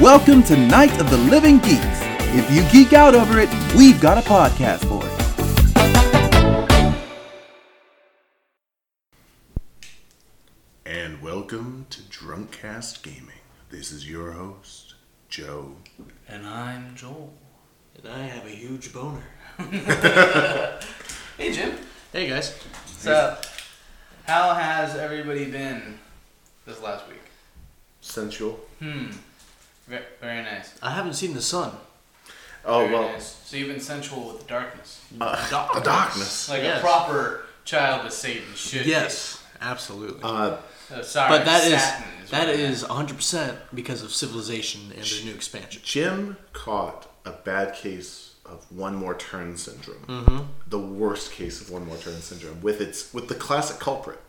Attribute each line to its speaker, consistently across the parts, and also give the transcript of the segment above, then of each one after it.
Speaker 1: Welcome to Night of the Living Geeks. If you geek out over it, we've got a podcast for it.
Speaker 2: And welcome to Drunkcast Gaming. This is your host, Joe.
Speaker 3: And I'm Joel.
Speaker 4: And I have a huge boner.
Speaker 3: Hey Jim.
Speaker 4: Hey guys.
Speaker 3: What's up? How has everybody been this last week?
Speaker 2: Sensual.
Speaker 3: Hmm. Very, very nice.
Speaker 4: I haven't seen the sun.
Speaker 2: Oh,
Speaker 3: Very
Speaker 2: well,
Speaker 3: nice. So you've been sensual with the darkness,
Speaker 2: uh,
Speaker 4: Darkness.
Speaker 2: the darkness.
Speaker 3: like
Speaker 4: yes.
Speaker 3: a proper child of Satan should.
Speaker 4: Yes, absolutely.
Speaker 2: Uh,
Speaker 3: Be. Uh, sorry,
Speaker 4: but that
Speaker 3: satin
Speaker 4: is
Speaker 3: is
Speaker 4: that
Speaker 3: what I
Speaker 4: is 100% because of civilization and their new expansion.
Speaker 2: Jim caught a bad case of one more turn syndrome.
Speaker 4: Mm-hmm.
Speaker 2: The worst case of one more turn syndrome with its with the classic culprit.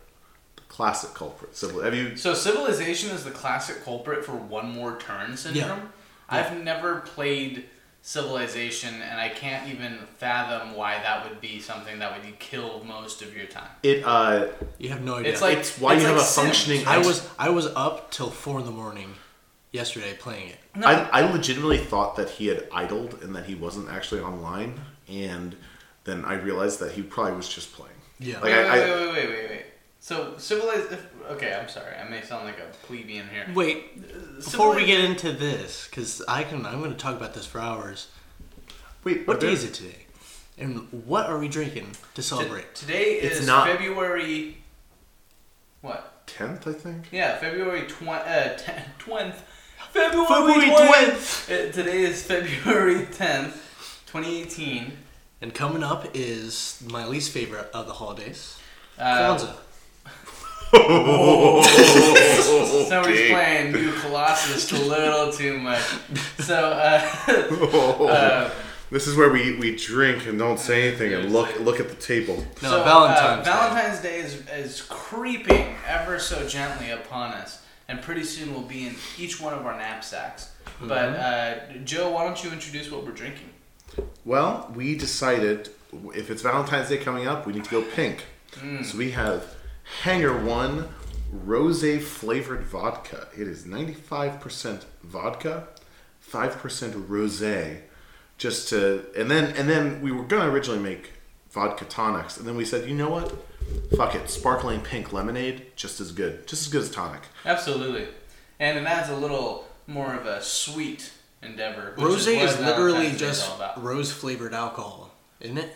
Speaker 2: The classic culprit. So have you
Speaker 3: meant. So civilization is the classic culprit for one more turn syndrome. I've never played civilization, and I can't even fathom why that would be something that would kill most of your time.
Speaker 2: it uh
Speaker 4: You have no idea.
Speaker 3: It's like
Speaker 2: It's why
Speaker 3: it's
Speaker 2: you have
Speaker 3: like
Speaker 2: a
Speaker 3: Sims,
Speaker 2: functioning-
Speaker 3: right?
Speaker 4: I was I was up till four in the morning yesterday playing it.
Speaker 3: No.
Speaker 2: I, I legitimately thought that he had idled and that he wasn't actually online and then I realized that he probably was just playing.
Speaker 4: Yeah.
Speaker 2: Like,
Speaker 3: wait,
Speaker 2: I-
Speaker 3: wait, wait, wait, wait, wait. So civilized. Okay, I'm sorry. I may sound like a plebeian here.
Speaker 4: Wait, before we get into this, because I can I'm going to talk about this for hours.
Speaker 2: Wait,
Speaker 4: What
Speaker 2: are there-
Speaker 4: day is it today? And what are we drinking to
Speaker 3: T-
Speaker 4: celebrate?
Speaker 3: today
Speaker 2: It's
Speaker 3: is
Speaker 2: not-
Speaker 3: February. What?
Speaker 2: tenth, I think.
Speaker 3: Yeah, February twentieth. Uh, ten- 20th. February,
Speaker 4: February
Speaker 3: 20th. Uh, today is February tenth, 2018.
Speaker 4: And coming up is my least favorite of the holidays,
Speaker 3: Uh,
Speaker 4: Kwanzaa.
Speaker 3: Somebody's playing New Colossus a little too much. So, uh, uh,
Speaker 2: Oh. this is where we, we drink and don't say anything and look look at the table.
Speaker 4: No,
Speaker 3: So, uh,
Speaker 4: Valentine's. Day.
Speaker 3: Valentine's Day is, is creeping ever so gently upon us, and pretty soon will be in each one of our knapsacks.
Speaker 4: Mm-hmm.
Speaker 3: But uh, Joe, why don't you introduce what we're drinking?
Speaker 2: Well, we decided if it's Valentine's Day coming up, we need to go pink. So we have Hanger One Rose flavored vodka. It is 95% vodka, 5% rose. Just to and then and then we were gonna originally make vodka tonics, and then we said, you know what? Fuck it, sparkling pink lemonade, just as good. Just as good as tonic.
Speaker 3: Absolutely, and it adds a little more of a sweet endeavor. which
Speaker 4: Rose
Speaker 3: what
Speaker 4: is literally
Speaker 3: Valentine's Day is
Speaker 4: just
Speaker 3: all about.
Speaker 4: rose flavored alcohol, isn't it?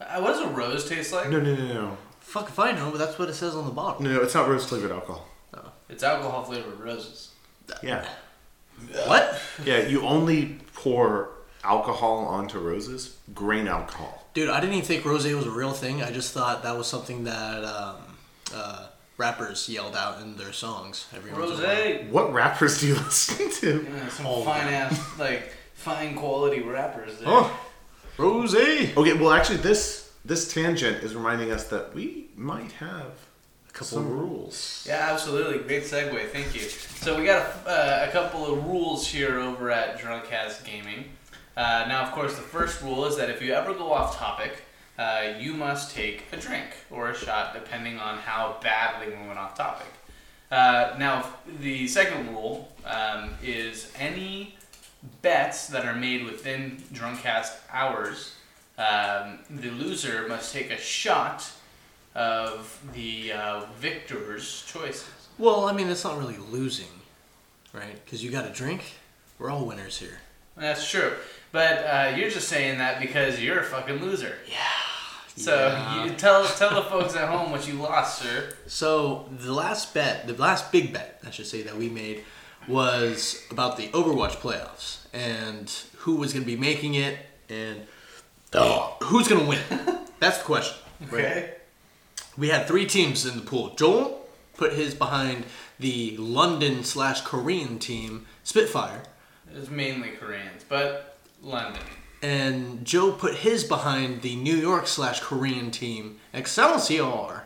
Speaker 3: Uh, what does a rose taste like?
Speaker 2: No no no no.
Speaker 4: Fuck if I know, but that's what it says on the bottle.
Speaker 2: No, no, it's not rose flavored alcohol.
Speaker 3: It's alcohol flavored roses.
Speaker 2: Yeah.
Speaker 4: What?
Speaker 2: Yeah, you only pour alcohol onto roses, grain alcohol.
Speaker 4: Dude, I didn't even think rose was a real thing. I just thought that was something that um, uh, rappers yelled out in their songs. Every once in a
Speaker 3: Rose.
Speaker 4: while.
Speaker 2: What rappers do you listen to?
Speaker 3: Yeah, some fine ass like fine quality wrappers. There.
Speaker 2: Oh,
Speaker 4: Rose! A
Speaker 2: okay. Well, actually, this this tangent is reminding us that we might have a couple
Speaker 4: of
Speaker 2: rules.
Speaker 3: Yeah, absolutely. Great segue. Thank you. So we got a, uh, a couple of rules here over at Drunkcast Gaming. Uh, now, of course, the first rule is that if you ever go off topic, uh, you must take a drink or a shot, depending on how badly we went off topic. Uh, now, the second rule um, is any bets that are made within Drunkcast hours, um, the loser must take a shot of the uh, victor's choices.
Speaker 4: Well, I mean, it's not really losing, right? Because you got a drink. We're all winners here.
Speaker 3: That's true. But uh, you're just saying that because you're a fucking loser. Yeah. So
Speaker 4: Yeah.
Speaker 3: You tell tell the folks at home what you lost, sir.
Speaker 4: So the last bet, the last big bet, I should say, that we made was about the Overwatch playoffs and who was going to be making it and who's going to win. That's the question.
Speaker 3: Okay.
Speaker 4: We had three teams in the pool. Joel put his behind the London slash Korean team Spitfire,
Speaker 3: It's mainly Koreans, but London.
Speaker 4: and Joe put his behind the New York slash Korean team Excelsior.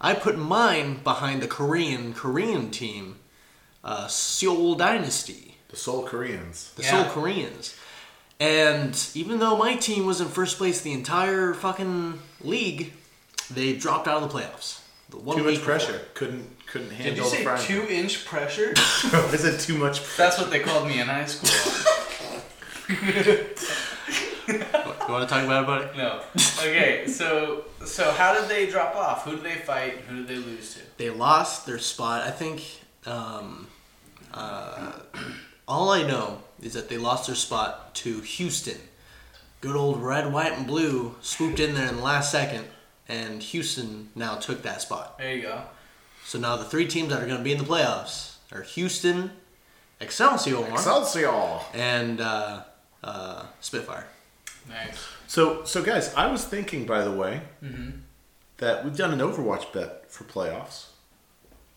Speaker 4: I put mine behind the Korean Korean team, uh, Seoul Dynasty.
Speaker 2: The Seoul Koreans.
Speaker 4: the
Speaker 3: Yeah.
Speaker 4: Seoul Koreans. And even though my team was in first place the entire fucking league, they dropped out of the playoffs. The one
Speaker 2: Too much
Speaker 4: week before.
Speaker 2: pressure. Couldn't couldn't
Speaker 3: Did you
Speaker 2: handle the
Speaker 3: say
Speaker 2: frying.
Speaker 3: two inch pressure?
Speaker 2: I said too much.
Speaker 3: That's what they called me in high school.
Speaker 4: You want to talk about it, buddy?
Speaker 3: No. Okay, so so how did they drop off? Who did they fight? Who did they lose to?
Speaker 4: They lost their spot. I think. Um, uh, all I know is that they lost their spot to Houston. Good old red, white, and blue swooped in there in the last second, and Houston now took that spot.
Speaker 3: There you go.
Speaker 4: So now the three teams that are going to be in the playoffs are Houston, Excelsior,
Speaker 2: Excelsior!
Speaker 4: and uh, uh, Spitfire.
Speaker 3: Nice.
Speaker 2: So, so guys, I was thinking, by the way, that we've done an Overwatch bet for playoffs.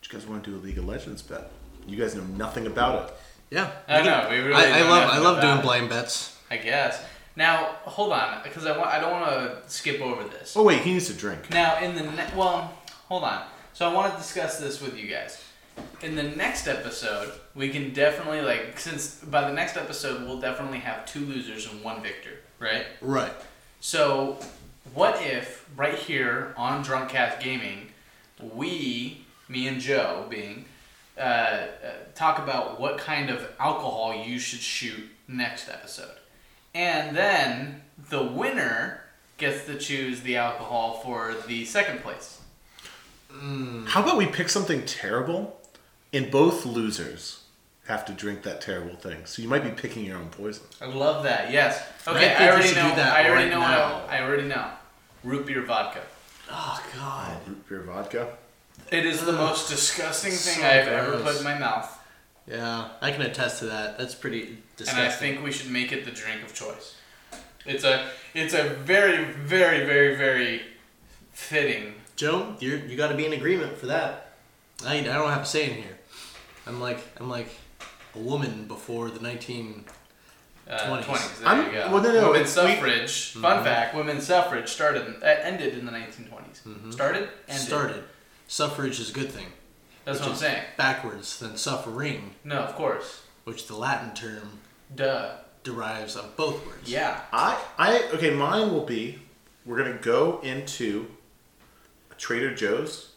Speaker 2: Do you guys want to do a League of Legends bet? You guys know nothing about it.
Speaker 4: Yeah,
Speaker 3: I know, we really
Speaker 4: I, I
Speaker 3: don't
Speaker 4: love
Speaker 3: have
Speaker 4: I
Speaker 3: to
Speaker 4: love
Speaker 3: know
Speaker 4: doing
Speaker 3: that.
Speaker 4: blind bets.
Speaker 3: I guess. Now hold on, because I want I don't want to skip over this.
Speaker 2: Oh wait, he needs to drink.
Speaker 3: Now, in the ne- well, hold on. So I want to discuss this with you guys. In the next episode, we can definitely like since by the next episode we'll definitely have two losers and one victor, right?
Speaker 4: Right.
Speaker 3: So, what if right here on Drunk Cat Gaming, we, me and Joe, being, uh, uh, talk about what kind of alcohol you should shoot next episode, and then the winner gets to choose the alcohol for the second place.
Speaker 2: How about we pick something terrible, and both losers have to drink that terrible thing. So you might be picking your own poison.
Speaker 3: I love that. Yes. Okay.
Speaker 4: think
Speaker 3: I,
Speaker 4: we
Speaker 3: already
Speaker 4: should do
Speaker 3: know.
Speaker 4: that
Speaker 3: I already
Speaker 4: right
Speaker 3: know.
Speaker 4: now.
Speaker 3: I, I already know. Root beer vodka.
Speaker 4: Oh God.
Speaker 2: Root beer vodka.
Speaker 3: It is the most disgusting thing
Speaker 4: so
Speaker 3: I've ever
Speaker 4: gross.
Speaker 3: put in my mouth,
Speaker 4: Yeah, I can attest to that. That's pretty disgusting.
Speaker 3: and I think we should make it the drink of choice. It's a it's a very very very very fitting.
Speaker 4: Joe, you you got to be in agreement for that. I I don't have a say in here. I'm like I'm like a woman before the 19.
Speaker 3: Uh,
Speaker 4: 20s.
Speaker 3: 20s. There
Speaker 2: I'm-
Speaker 3: you go.
Speaker 2: well, no, no,
Speaker 3: women's
Speaker 2: we-
Speaker 3: suffrage. Fun fact: Women's suffrage started uh, ended in the 1920s. Started ended.
Speaker 4: Started. Suffrage is a good thing.
Speaker 3: That's
Speaker 4: which
Speaker 3: what I'm
Speaker 4: is
Speaker 3: saying.
Speaker 4: Backwards than suffering,
Speaker 3: No, of course.
Speaker 4: which the Latin term
Speaker 3: Duh.
Speaker 4: derives of both words.
Speaker 3: Yeah.
Speaker 2: I, I, okay. Mine will be. We're gonna go into a Trader Joe's,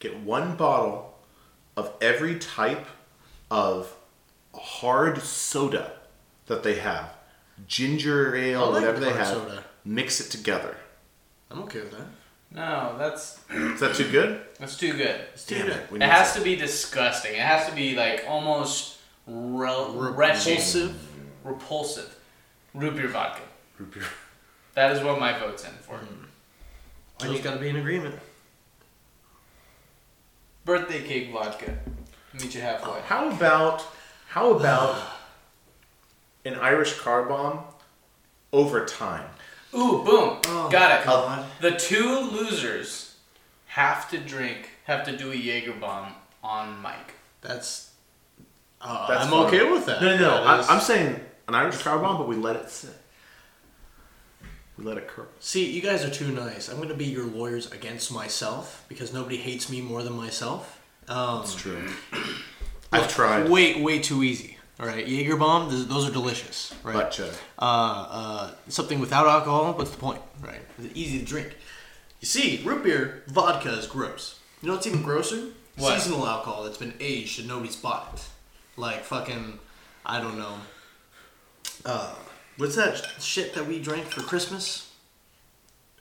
Speaker 2: get one bottle of every type of hard soda that they have, ginger ale,
Speaker 4: like
Speaker 2: whatever they
Speaker 4: hard
Speaker 2: have.
Speaker 4: soda.
Speaker 2: Mix it together.
Speaker 4: I'm okay with that.
Speaker 3: No, that's
Speaker 2: Is that too good?
Speaker 3: that's too good.
Speaker 2: Damn it. we
Speaker 3: It
Speaker 2: need
Speaker 3: has
Speaker 2: some-
Speaker 3: to be disgusting. It has to be like almost re- wretching,
Speaker 4: Repulsive.
Speaker 3: repulsive. Root beer vodka.
Speaker 2: Root beer.
Speaker 3: That is what my vote's in for.
Speaker 4: Joe's got to be in agreement.
Speaker 3: Birthday cake vodka. Meet you halfway.
Speaker 2: How about how about an Irish car bomb over time?
Speaker 3: Ooh, boom. Got it.
Speaker 2: God.
Speaker 3: The two losers have to drink, have to do a Jaeger bomb on Mike.
Speaker 4: That's. Uh,
Speaker 2: That's
Speaker 4: I'm
Speaker 2: fine.
Speaker 4: okay with that.
Speaker 2: No, no, no.
Speaker 4: That
Speaker 2: I,
Speaker 4: is-
Speaker 2: I'm saying an Irish car bomb, but we let it sit. We let it curl.
Speaker 4: See, you guys are too nice. I'm gonna be your lawyers against myself because nobody hates me more than myself. Um,
Speaker 2: It's true. I've tried.
Speaker 4: way, way too easy. All right, Jaeger bomb. th- Those are delicious, right?
Speaker 2: Butt chug.
Speaker 4: Uh, uh, something without alcohol. What's the point, right? It's easy to drink. You see, root beer, vodka is gross. You know what's even grosser?
Speaker 3: What?
Speaker 4: Seasonal alcohol that's been aged and nobody's bought it. Like fucking, I don't know. Uh, what's that shit that we drank for Christmas?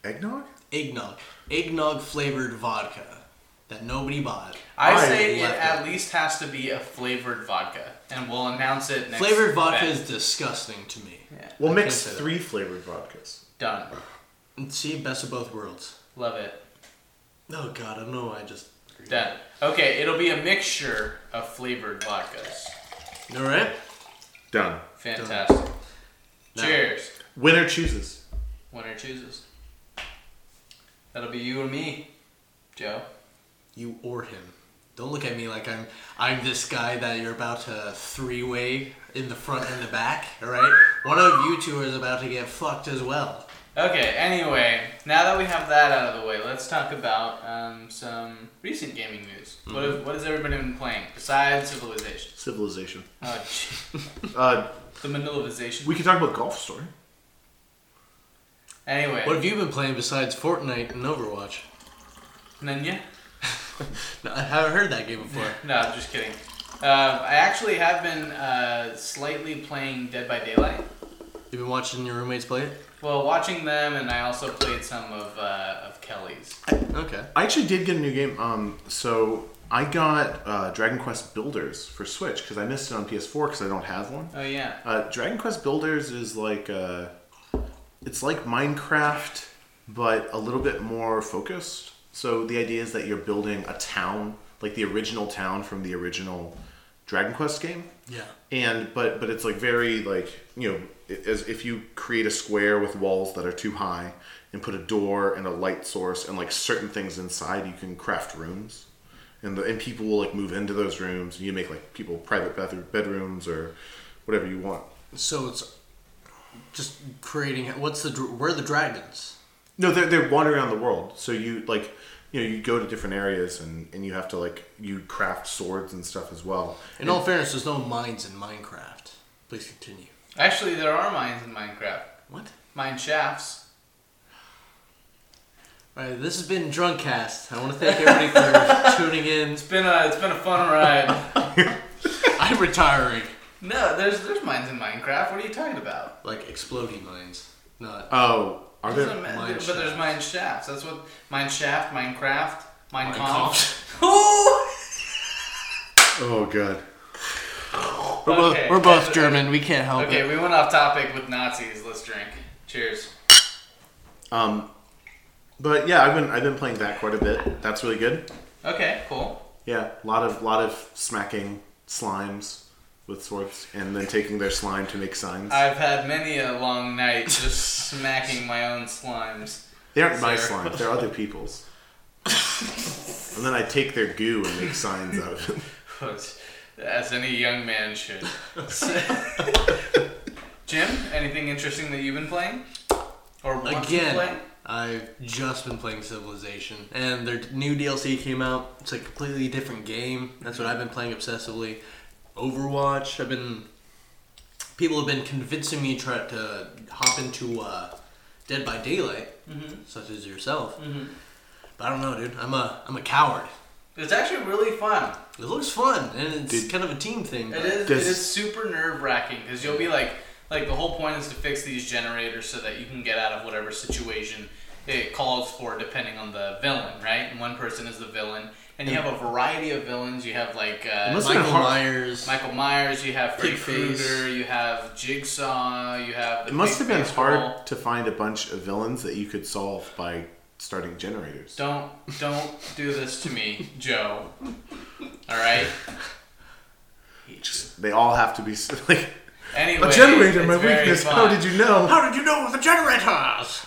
Speaker 2: Eggnog?
Speaker 4: eggnog, eggnog flavored vodka that nobody bought.
Speaker 3: I,
Speaker 2: I
Speaker 3: say it
Speaker 4: love
Speaker 3: at
Speaker 4: it.
Speaker 3: least has to be a flavored vodka, and we'll announce it next.
Speaker 4: Flavored vodka
Speaker 3: bet.
Speaker 4: is disgusting to me.
Speaker 3: Yeah.
Speaker 2: We'll
Speaker 4: I can't
Speaker 2: mix
Speaker 4: say that.
Speaker 2: three flavored vodkas.
Speaker 3: done.
Speaker 4: See, best of both worlds.
Speaker 3: Love it.
Speaker 4: Oh god, I don't know. why I just
Speaker 3: Done. Okay, it'll be a mixture of flavored vodkas.
Speaker 4: all right.
Speaker 2: Done.
Speaker 3: Fantastic.
Speaker 4: Now-
Speaker 3: Cheers.
Speaker 2: Winner chooses.
Speaker 3: Winner chooses. That'll be you or me, Joe.
Speaker 4: You or him. Don't look at me like I'm I'm this guy that you're about to three way in the front and the back. All right, one of you two is about to get fucked as well.
Speaker 3: Okay, anyway, now that we have that out of the way, let's talk about um, some recent gaming news. What, have, what has everybody been playing besides Civilization?
Speaker 2: Civilization.
Speaker 3: Oh, gee.
Speaker 2: Uh,
Speaker 3: the Manilization.
Speaker 2: we can talk about golf story.
Speaker 3: Anyway,
Speaker 4: What have you been playing besides Fortnite and Overwatch?
Speaker 3: Nanya?
Speaker 4: No, I haven't heard that game before.
Speaker 3: No, I'm just kidding. Um, I actually have been uh, slightly playing Dead by Daylight.
Speaker 4: You've been watching your roommates play it?
Speaker 3: Well, watching them, and I also played some of uh, of Kelly's.
Speaker 4: Okay.
Speaker 2: I actually did get a new game. Um, so I got uh, Dragon Quest Builders for Switch because I missed it on PS4 because I don't have one.
Speaker 3: Oh yeah.
Speaker 2: Uh, Dragon Quest Builders is like uh, it's like Minecraft, but a little bit more focused. So the idea is that you're building a town, like the original town from the original Dragon Quest game.
Speaker 4: Yeah.
Speaker 2: And but but it's like very like you know i- as if you create a square with walls that are too high and put a door and a light source and like certain things inside, you can craft rooms. And, the, and people will like move into those rooms and you make like people private bath- bedrooms or whatever you want
Speaker 4: So it's just creating. What's the dr- where are the dragons?
Speaker 2: No, they're, they're wandering around the world. So you like, you know, you go to different areas and, and you have to like you craft swords and stuff as well.
Speaker 4: In all fairness, there's no mines in Minecraft. Please continue.
Speaker 3: Actually, there are mines in Minecraft.
Speaker 4: What?
Speaker 3: Mine shafts.
Speaker 4: All right, this has been Drunkcast. I want to thank everybody for tuning in.
Speaker 3: It's been a it's been a fun ride.
Speaker 4: I'm retiring.
Speaker 3: no, there's there's mines in Minecraft. What are you talking about?
Speaker 4: Like exploding mines, not
Speaker 2: Oh, are
Speaker 3: Doesn't
Speaker 2: there?
Speaker 3: matter,
Speaker 4: mine
Speaker 3: but there's mine shafts. That's what mine shaft, Minecraft, mine
Speaker 4: Minecraft.
Speaker 3: Ooh!
Speaker 2: Oh, god.
Speaker 4: We're both,
Speaker 3: Okay.
Speaker 4: we're both German. We can't help
Speaker 3: Okay,
Speaker 4: it.
Speaker 3: we went off topic with Nazis. Let's drink. Cheers.
Speaker 2: Um, but yeah, I've been I've been playing that quite a bit. That's really good.
Speaker 3: Okay, cool.
Speaker 2: Yeah, a lot of lot of smacking slimes with swords and then taking their slime to make signs.
Speaker 3: I've had many a long night just smacking my own slimes.
Speaker 2: they aren't my
Speaker 3: Sarah.
Speaker 2: slimes; they're other people's. and then I take their goo and make signs out of it.
Speaker 3: But as any young man should. Jim, anything interesting that you've been playing? Or want to play?
Speaker 4: Again, I've just been playing Civilization, and their new DLC came out. It's a completely different game. That's what I've been playing obsessively. Overwatch. I've been. People have been convincing me try to hop into uh, Dead by Daylight,
Speaker 3: Mm-hmm.
Speaker 4: such as yourself. But I don't know, dude. I'm a I'm a coward.
Speaker 3: It's actually really fun.
Speaker 4: It looks fun, and it's
Speaker 2: Did-
Speaker 4: kind of a team thing.
Speaker 3: It
Speaker 4: but-
Speaker 3: is.
Speaker 2: Does-
Speaker 3: It is super nerve wracking because you'll be like, like the whole point is to fix these generators so that you can get out of whatever situation it calls for, depending on the villain, right? And one person is the villain, and you have a variety of villains. You have like uh,
Speaker 2: must-
Speaker 4: Michael
Speaker 2: It's been hard-
Speaker 4: Myers.
Speaker 3: Michael Myers, you have Freddy
Speaker 4: Pigface.
Speaker 3: Krueger, you have Jigsaw, you have. The
Speaker 2: It must have been
Speaker 3: Pigface doll.
Speaker 2: hard to find a bunch of villains that you could solve by starting generators.
Speaker 3: Don't don't do this to me, Joe. All right.
Speaker 2: They all have to be s- like
Speaker 3: Anyway,
Speaker 2: a generator.
Speaker 3: it's
Speaker 2: My
Speaker 3: very
Speaker 2: weakness.
Speaker 3: Fun.
Speaker 2: How did you know?
Speaker 4: How did you know the generators?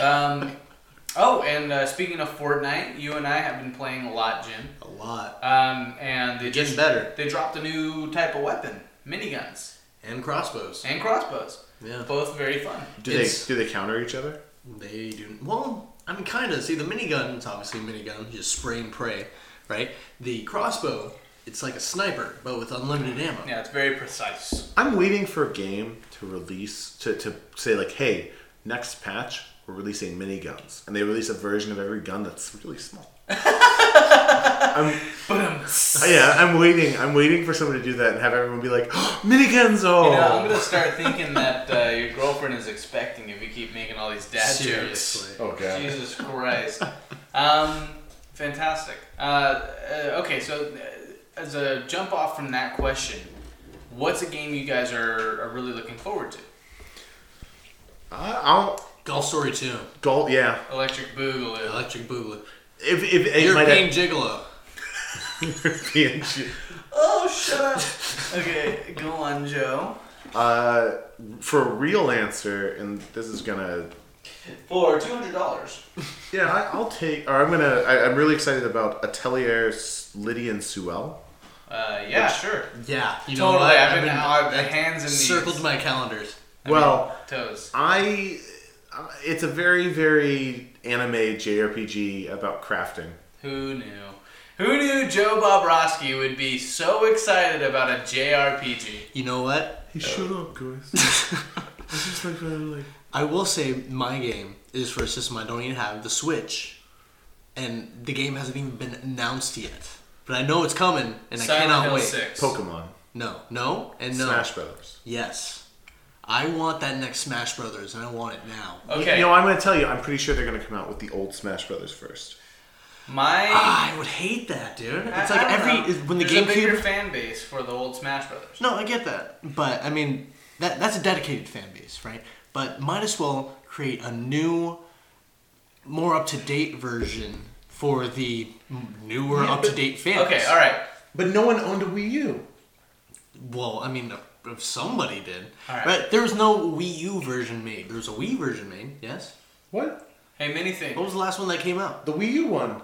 Speaker 3: Um, oh, and uh, speaking of Fortnite, you and I have been playing a lot, Jim.
Speaker 4: A lot.
Speaker 3: Um, and they
Speaker 4: Getting
Speaker 3: just,
Speaker 4: better.
Speaker 3: They dropped a new type of weapon, miniguns
Speaker 4: And crossbows.
Speaker 3: and crossbows.
Speaker 4: Yeah.
Speaker 3: Both very fun.
Speaker 2: Do
Speaker 4: It's-
Speaker 2: they do they counter each other?
Speaker 4: They do. Well, I mean, kind of. See, the minigun is obviously a minigun. You just spray and pray, right? The crossbow, it's like a sniper, but with unlimited ammo.
Speaker 3: Yeah, it's very precise.
Speaker 2: I'm waiting for a game to release to, to say like, hey, next patch we're releasing mini guns, and they release a version of every gun that's really small. I'm, yeah, I'm waiting. I'm waiting for someone to do that and have everyone be like, oh, miniguns! Oh,
Speaker 3: You know, I'm gonna start thinking that uh, your girlfriend is expecting if you keep making all these dad jokes.
Speaker 4: Seriously.
Speaker 2: oh god.
Speaker 3: Jesus Christ. Um, fantastic. Uh, uh, okay, so uh, as a jump off from that question, what's a game you guys are, are really looking forward to?
Speaker 2: I, I'll
Speaker 4: Golf Story 2.
Speaker 2: go. Yeah,
Speaker 3: Electric Boogaloo.
Speaker 4: Electric Boogaloo.
Speaker 2: if if it might
Speaker 4: European
Speaker 2: have-
Speaker 4: Gigolo.
Speaker 2: European shit.
Speaker 3: Oh, shut up. okay, go on, Joe.
Speaker 2: Uh, for a real answer, and this is gonna.
Speaker 3: For two hundred dollars.
Speaker 2: Yeah, I, I'll take. Or I'm gonna. I, I'm really excited about Atelier S- Lydian Suel.
Speaker 3: Uh, yeah, sure.
Speaker 4: Yeah. You know
Speaker 3: Totally.
Speaker 4: what?
Speaker 3: I've been out the hands and knees.
Speaker 4: circled my calendars.
Speaker 2: Well,
Speaker 3: toes.
Speaker 2: I. Uh, it's a very very anime JRPG about crafting.
Speaker 3: Who knew? Who knew Joe Bobrovsky would be so excited about a JRPG?
Speaker 4: You know what?
Speaker 2: Hey, shut up, guys. it's just like, like
Speaker 4: I will say my game is for a system I don't even have the Switch. and the game hasn't even been announced yet. But I know it's coming, and I
Speaker 3: Silent
Speaker 4: cannot
Speaker 3: Hill
Speaker 4: wait.
Speaker 3: 6.
Speaker 2: Pokemon,
Speaker 4: No, no, and no.
Speaker 2: Smash Brothers.
Speaker 4: Yes, I want that next Smash Brothers, and I want it now.
Speaker 3: Okay.
Speaker 2: You know, I'm going to tell you, I'm pretty sure they're going to come out with the old Smash Brothers first.
Speaker 3: My
Speaker 4: Ah, I would hate that, dude.
Speaker 3: I-
Speaker 4: It's
Speaker 3: I
Speaker 4: like
Speaker 3: don't
Speaker 4: every
Speaker 3: know.
Speaker 4: when the
Speaker 3: There's a bigger
Speaker 4: GameCube.
Speaker 3: fan base for the old Smash Brothers.
Speaker 4: No, I get that, but I mean that that's a dedicated fan base, right? But might as well create a new, more up to date version for the m- newer up to date fans.
Speaker 3: Okay, all right.
Speaker 2: But no one owned a Wii U.
Speaker 4: Well, I mean, if- if somebody did,
Speaker 3: All right.
Speaker 4: but there was no Wii U version made. There was a Wii version made. Yes.
Speaker 2: What?
Speaker 3: Hey, many things.
Speaker 4: What was the last one that came out?
Speaker 2: The Wii U one.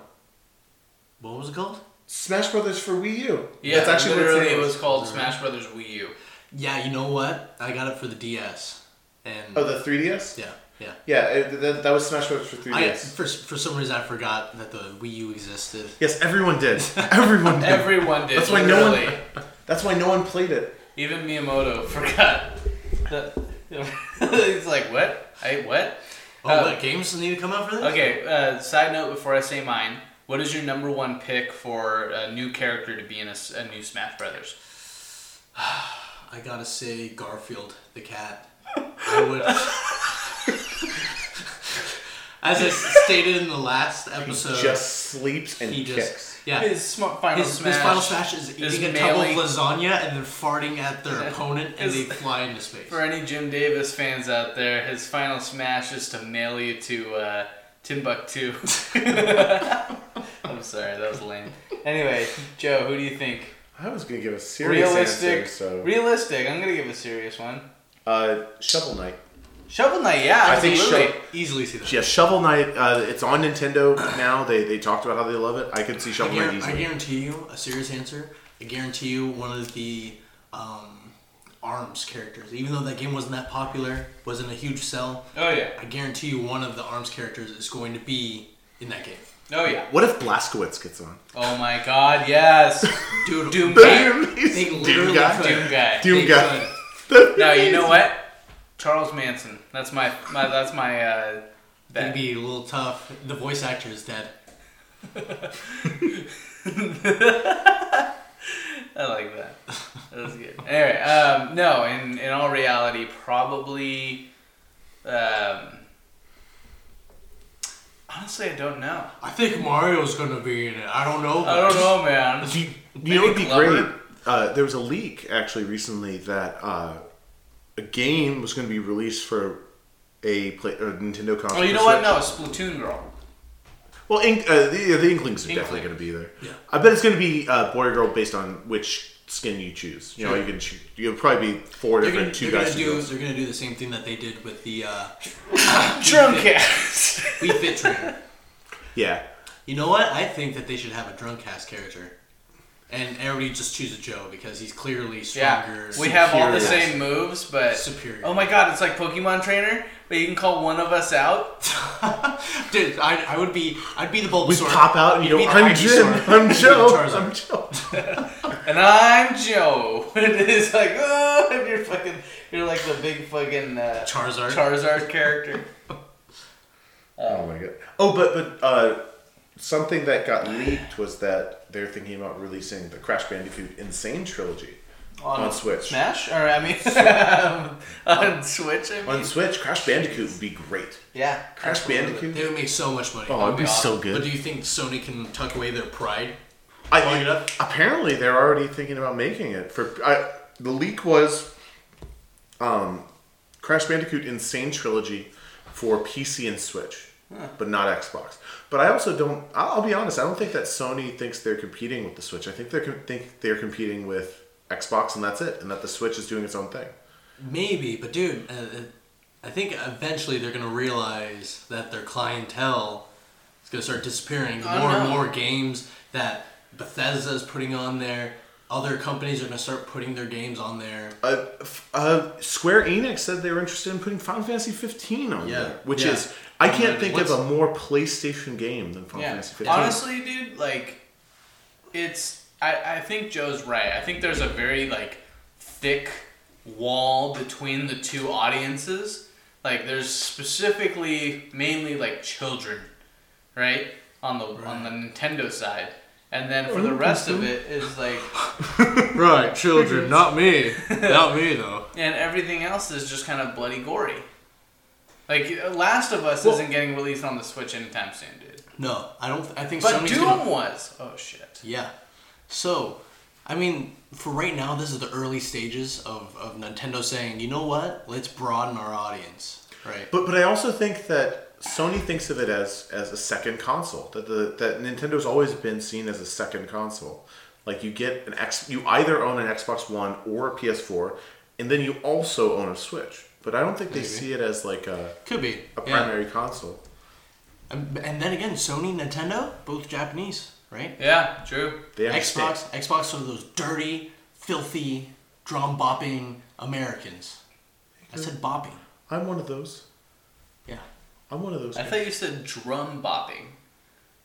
Speaker 4: What was it called?
Speaker 2: Smash Brothers for Wii U.
Speaker 3: Yeah,
Speaker 2: That's actually what its
Speaker 3: literally
Speaker 2: name
Speaker 3: it was called Smash Brothers Wii U.
Speaker 4: Yeah, you know what? I got it for the DS, and
Speaker 2: Oh, the 3DS?
Speaker 4: yeah, yeah.
Speaker 2: Yeah, it, that, that was Smash Brothers for 3DS.
Speaker 4: I, for, for some reason, I forgot that the Wii U existed.
Speaker 2: Yes, everyone did. Everyone did.
Speaker 3: Everyone did.
Speaker 2: That's why no
Speaker 3: literally.
Speaker 2: one. That's why no one played it.
Speaker 3: Even Miyamoto forgot. The- He's like, what? I what?
Speaker 4: Oh,
Speaker 3: Uh,
Speaker 4: what games need to come out for this?
Speaker 3: Okay. Uh, side note: Before I say mine, what is your number one pick for a new character to be in a, s- a new Smash Brothers?
Speaker 4: I gotta say Garfield the cat. I would. As I s- stated in the last episode,
Speaker 2: Just sleeps and
Speaker 4: he just
Speaker 2: kicks.
Speaker 4: yeah.
Speaker 3: His sm- final
Speaker 4: his,
Speaker 3: smash.
Speaker 4: his final smash is eating a
Speaker 3: mailing-
Speaker 4: tub of lasagna and then farting at their opponent and they
Speaker 3: Is-
Speaker 4: fly into space.
Speaker 3: For any Jim Davis fans out there, his final smash is to mail you to uh, Timbuktu. I'm sorry, that was lame. Anyway, Joe, who do you think?
Speaker 2: I was gonna give a serious
Speaker 3: Realistic.
Speaker 2: answer. So,
Speaker 3: Realistic. I'm gonna give a serious one.
Speaker 2: uh, Shovel Knight.
Speaker 3: Shovel Knight. Yeah,
Speaker 2: I think
Speaker 3: absolutely.
Speaker 2: Shovel-
Speaker 4: Easily see that.
Speaker 2: Yeah, Shovel Knight. Uh, it's on Nintendo now. They they talked about how they love it. I could see
Speaker 4: I,
Speaker 2: Shovel Knight
Speaker 4: guar- I
Speaker 2: easily.
Speaker 4: guarantee you a serious answer. I guarantee you one of the um, arms characters, even though that game wasn't that popular, wasn't a huge sell.
Speaker 3: Oh yeah.
Speaker 4: I guarantee you one of the arms characters is going to be in that game.
Speaker 3: Oh yeah.
Speaker 2: What if Blaskowitz gets on?
Speaker 3: Oh my God. Yes.
Speaker 4: Dude,
Speaker 3: Doom
Speaker 2: That'd
Speaker 3: guy.
Speaker 2: be amazing.
Speaker 4: They
Speaker 2: Doom
Speaker 4: literally
Speaker 2: guy.
Speaker 4: could.
Speaker 3: Doom guy.
Speaker 2: Doom
Speaker 4: They
Speaker 2: guy.
Speaker 3: Now you know what? Charles Manson. That's my, my that's my uh,
Speaker 4: It'd
Speaker 3: bet.
Speaker 4: be a little tough. The voice actor is dead.
Speaker 3: I like that. That was good. Anyway, um, no, in, in all reality, probably. Um, honestly, I don't know.
Speaker 4: I think Mario's gonna be in it. I don't know.
Speaker 3: I don't know, man.
Speaker 2: Do you,
Speaker 3: Maybe
Speaker 2: you know, it'd be
Speaker 3: Glover?
Speaker 2: great. Uh, there was a leak actually recently that uh, a game was going to be released for a play, or Nintendo console.
Speaker 3: Oh, you
Speaker 2: for
Speaker 3: know what?
Speaker 2: Switch.
Speaker 3: No, Splatoon Girl.
Speaker 2: Well, ink, uh, the, the Inklings are
Speaker 3: Inkling.
Speaker 2: definitely going to be there.
Speaker 4: Yeah.
Speaker 2: I bet it's going to be uh, boy or girl based on which skin you choose. You know, you can choo- you'll probably be four
Speaker 4: They're
Speaker 2: different
Speaker 4: gonna,
Speaker 2: 2
Speaker 4: they're
Speaker 2: guys.
Speaker 4: gonna
Speaker 2: two
Speaker 4: do.
Speaker 2: girls.
Speaker 4: They're gonna do the same thing that they did with the uh,
Speaker 3: Drumcast.
Speaker 4: Wii Fit Trainer.
Speaker 2: Yeah,
Speaker 4: You know what? I think that they should have a drunk cast character, and everybody just choose a Joe because he's clearly stronger.
Speaker 3: yeah, we have all the
Speaker 4: superior.
Speaker 3: same moves, but
Speaker 4: Superior.
Speaker 3: Oh my god, it's like Pokemon Trainer, but you can call one of us out.
Speaker 4: Dude, I, I would be. I'd be the
Speaker 2: we
Speaker 4: Bulbasaur.
Speaker 2: pop out and you
Speaker 4: You'd
Speaker 2: go,
Speaker 4: be the
Speaker 2: "I'm Jim,
Speaker 4: Ivysaur. You'd
Speaker 2: I'm
Speaker 4: be the
Speaker 2: Joe,
Speaker 4: Charizard."
Speaker 2: I'm Joe."
Speaker 3: And I'm Joe. And it's like, oh, and you're fucking, you're like the big fucking uh,
Speaker 4: Charizard.
Speaker 3: Charizard character.
Speaker 2: Oh my god. Oh, but but uh, something that got leaked was that they're thinking about releasing the Crash Bandicoot Insane trilogy on, Switch.
Speaker 3: Smash? Or, I mean, on Switch, I mean.
Speaker 2: On Switch, Crash Bandicoot would be great.
Speaker 3: yeah.
Speaker 2: Crash
Speaker 3: absolutely.
Speaker 2: Bandicoot.
Speaker 4: They would make so much money.
Speaker 2: Oh, it'd be so good.
Speaker 4: But do you think Sony can tuck away their pride?
Speaker 2: I
Speaker 4: Plug it up?
Speaker 2: Apparently, they're already thinking about making it. For I, the leak was, um, Crash Bandicoot Insane Trilogy for PC and Switch, but not Xbox. But I also don't. I'll, I'll be honest. I don't think that Sony thinks they're competing with the Switch. I think they're com- think they're competing with Xbox, and that's it. And that the Switch is doing its own thing.
Speaker 4: Maybe, but dude, uh, uh, I think eventually they're gonna realize that their clientele is gonna start disappearing.
Speaker 3: I
Speaker 4: more and
Speaker 3: know.
Speaker 4: more games that Bethesda's putting on there, other companies are gonna start putting their games on there.
Speaker 2: Uh, f- uh, Square Enix said they were interested in putting Final Fantasy 15 on
Speaker 4: Yeah.
Speaker 2: there, which
Speaker 4: Yeah.
Speaker 2: is I can't think of
Speaker 4: What's-
Speaker 2: a more PlayStation game than Final
Speaker 3: Yeah.
Speaker 2: Fantasy 15.
Speaker 3: Honestly, dude, like, it's. I, I think Joe's right. I think there's a very, like, thick wall between the two audiences. Like, there's specifically, mainly, like, children, right? on the on the Nintendo side, and then for the rest of it is like,
Speaker 4: Right, children, not me. Not me, though.
Speaker 3: and everything else is just kind of bloody gory. Like Last of Us
Speaker 4: Well-
Speaker 3: isn't getting released on the Switch anytime soon, dude.
Speaker 4: No, I don't. I think
Speaker 3: But
Speaker 4: Sony's
Speaker 3: Doom
Speaker 4: gonna-
Speaker 3: was. Oh shit.
Speaker 4: Yeah. So, I mean, for right now, this is the early stages of, of Nintendo saying, you know what? Let's broaden our audience. Right.
Speaker 2: But but I also think that Sony thinks of it as as a second console. That the that Nintendo's always been seen as a second console. Like you get an X, you either own an Xbox One or a PS4, and then you also own a Switch. But I don't think they
Speaker 4: Maybe.
Speaker 2: see it as like a,
Speaker 4: Could be.
Speaker 2: a
Speaker 4: yeah.
Speaker 2: primary console.
Speaker 4: And, Um, and then again, Sony, Nintendo, both Japanese, right?
Speaker 3: Yeah, true.
Speaker 2: They understand.
Speaker 4: Xbox, Xbox are those dirty, filthy, drum bopping Americans. I said bopping.
Speaker 2: I'm one of those.
Speaker 4: Yeah.
Speaker 2: I'm one of those.
Speaker 3: I
Speaker 2: guys.
Speaker 3: thought you said drum bopping.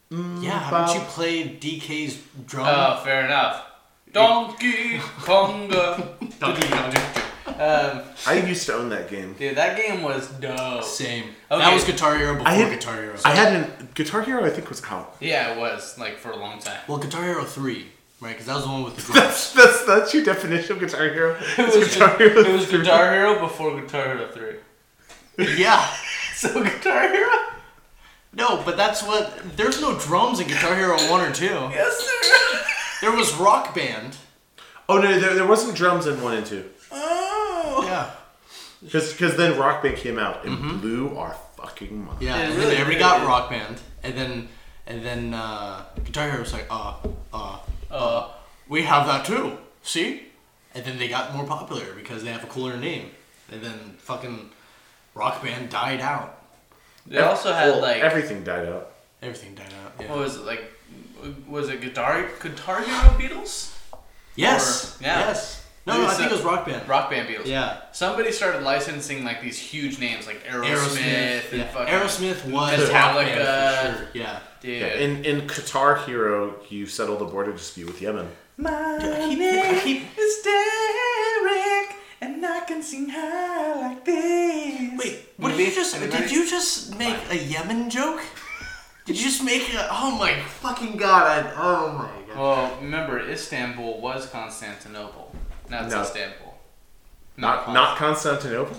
Speaker 4: Yeah, haven't you
Speaker 2: Mm, bop.
Speaker 4: played DK's drum?
Speaker 3: Oh, fair enough. Donkey Konga.
Speaker 4: Donkey Konga.
Speaker 3: Um,
Speaker 2: I used to own that game.
Speaker 3: dude, that game was dope.
Speaker 4: Same.
Speaker 3: Okay.
Speaker 4: That was Guitar Hero before
Speaker 2: I had
Speaker 4: Guitar Hero.
Speaker 2: I had an Guitar Hero. I think was out.
Speaker 3: Yeah, it was like for a long time.
Speaker 4: well, Guitar Hero 3, right? Because that was the one with the
Speaker 2: That's
Speaker 4: drums.
Speaker 2: that's that's your definition of Guitar Hero.
Speaker 3: It
Speaker 2: It's
Speaker 3: was,
Speaker 2: Guitar Hero.
Speaker 3: it was Guitar Hero before Guitar Hero Three.
Speaker 4: yeah.
Speaker 3: So Guitar Hero?
Speaker 4: No, but that's what. There's no drums in Guitar Hero 1 or 2.
Speaker 3: Yes, sir.
Speaker 4: There was Rock Band.
Speaker 2: Oh no, there, there wasn't drums in one and two.
Speaker 3: Oh.
Speaker 4: Yeah.
Speaker 2: Because then Rock Band came out and blew our fucking mind.
Speaker 4: Yeah,
Speaker 3: Yeah, it
Speaker 4: and
Speaker 3: really
Speaker 4: then we
Speaker 3: did,
Speaker 4: got
Speaker 3: dude.
Speaker 4: Rock Band, and then and then uh, Guitar Hero was like, uh, uh,
Speaker 3: Oh.
Speaker 4: uh, we have that too. See, and then they got more popular because they have a cooler name, and then fucking Rock Band died out.
Speaker 3: They also had
Speaker 2: Well,
Speaker 3: like
Speaker 2: everything died out.
Speaker 4: Everything died out. Yeah.
Speaker 3: what was it like? Was it Guitar Guitar Hero Beatles?
Speaker 4: yes.
Speaker 3: or- yeah.
Speaker 4: Yes. No, no, I
Speaker 3: Lisa-
Speaker 4: think it was Rock Band.
Speaker 3: Rock band Beatles.
Speaker 4: Yeah.
Speaker 3: Somebody started licensing like these huge names like Aerosmith,
Speaker 4: Aerosmith.
Speaker 3: and
Speaker 4: yeah.
Speaker 3: fucking
Speaker 4: Aerosmith was Rock Band
Speaker 3: Metallica.
Speaker 4: for sure. Yeah.
Speaker 3: Dude.
Speaker 2: Yeah. In in Guitar Hero, you settled a border dispute with Yemen.
Speaker 3: My
Speaker 4: I keep- I name keep-
Speaker 3: is Derek, and I can sing high like this.
Speaker 4: Wait, what did you just? Did you just make a Yemen joke? Did you just make a? Oh my fucking god! I, oh my god!
Speaker 3: Well, remember, Istanbul was Constantinople. Now it's
Speaker 2: No.
Speaker 3: Istanbul.
Speaker 2: Not
Speaker 3: Const-
Speaker 2: not Constantinople.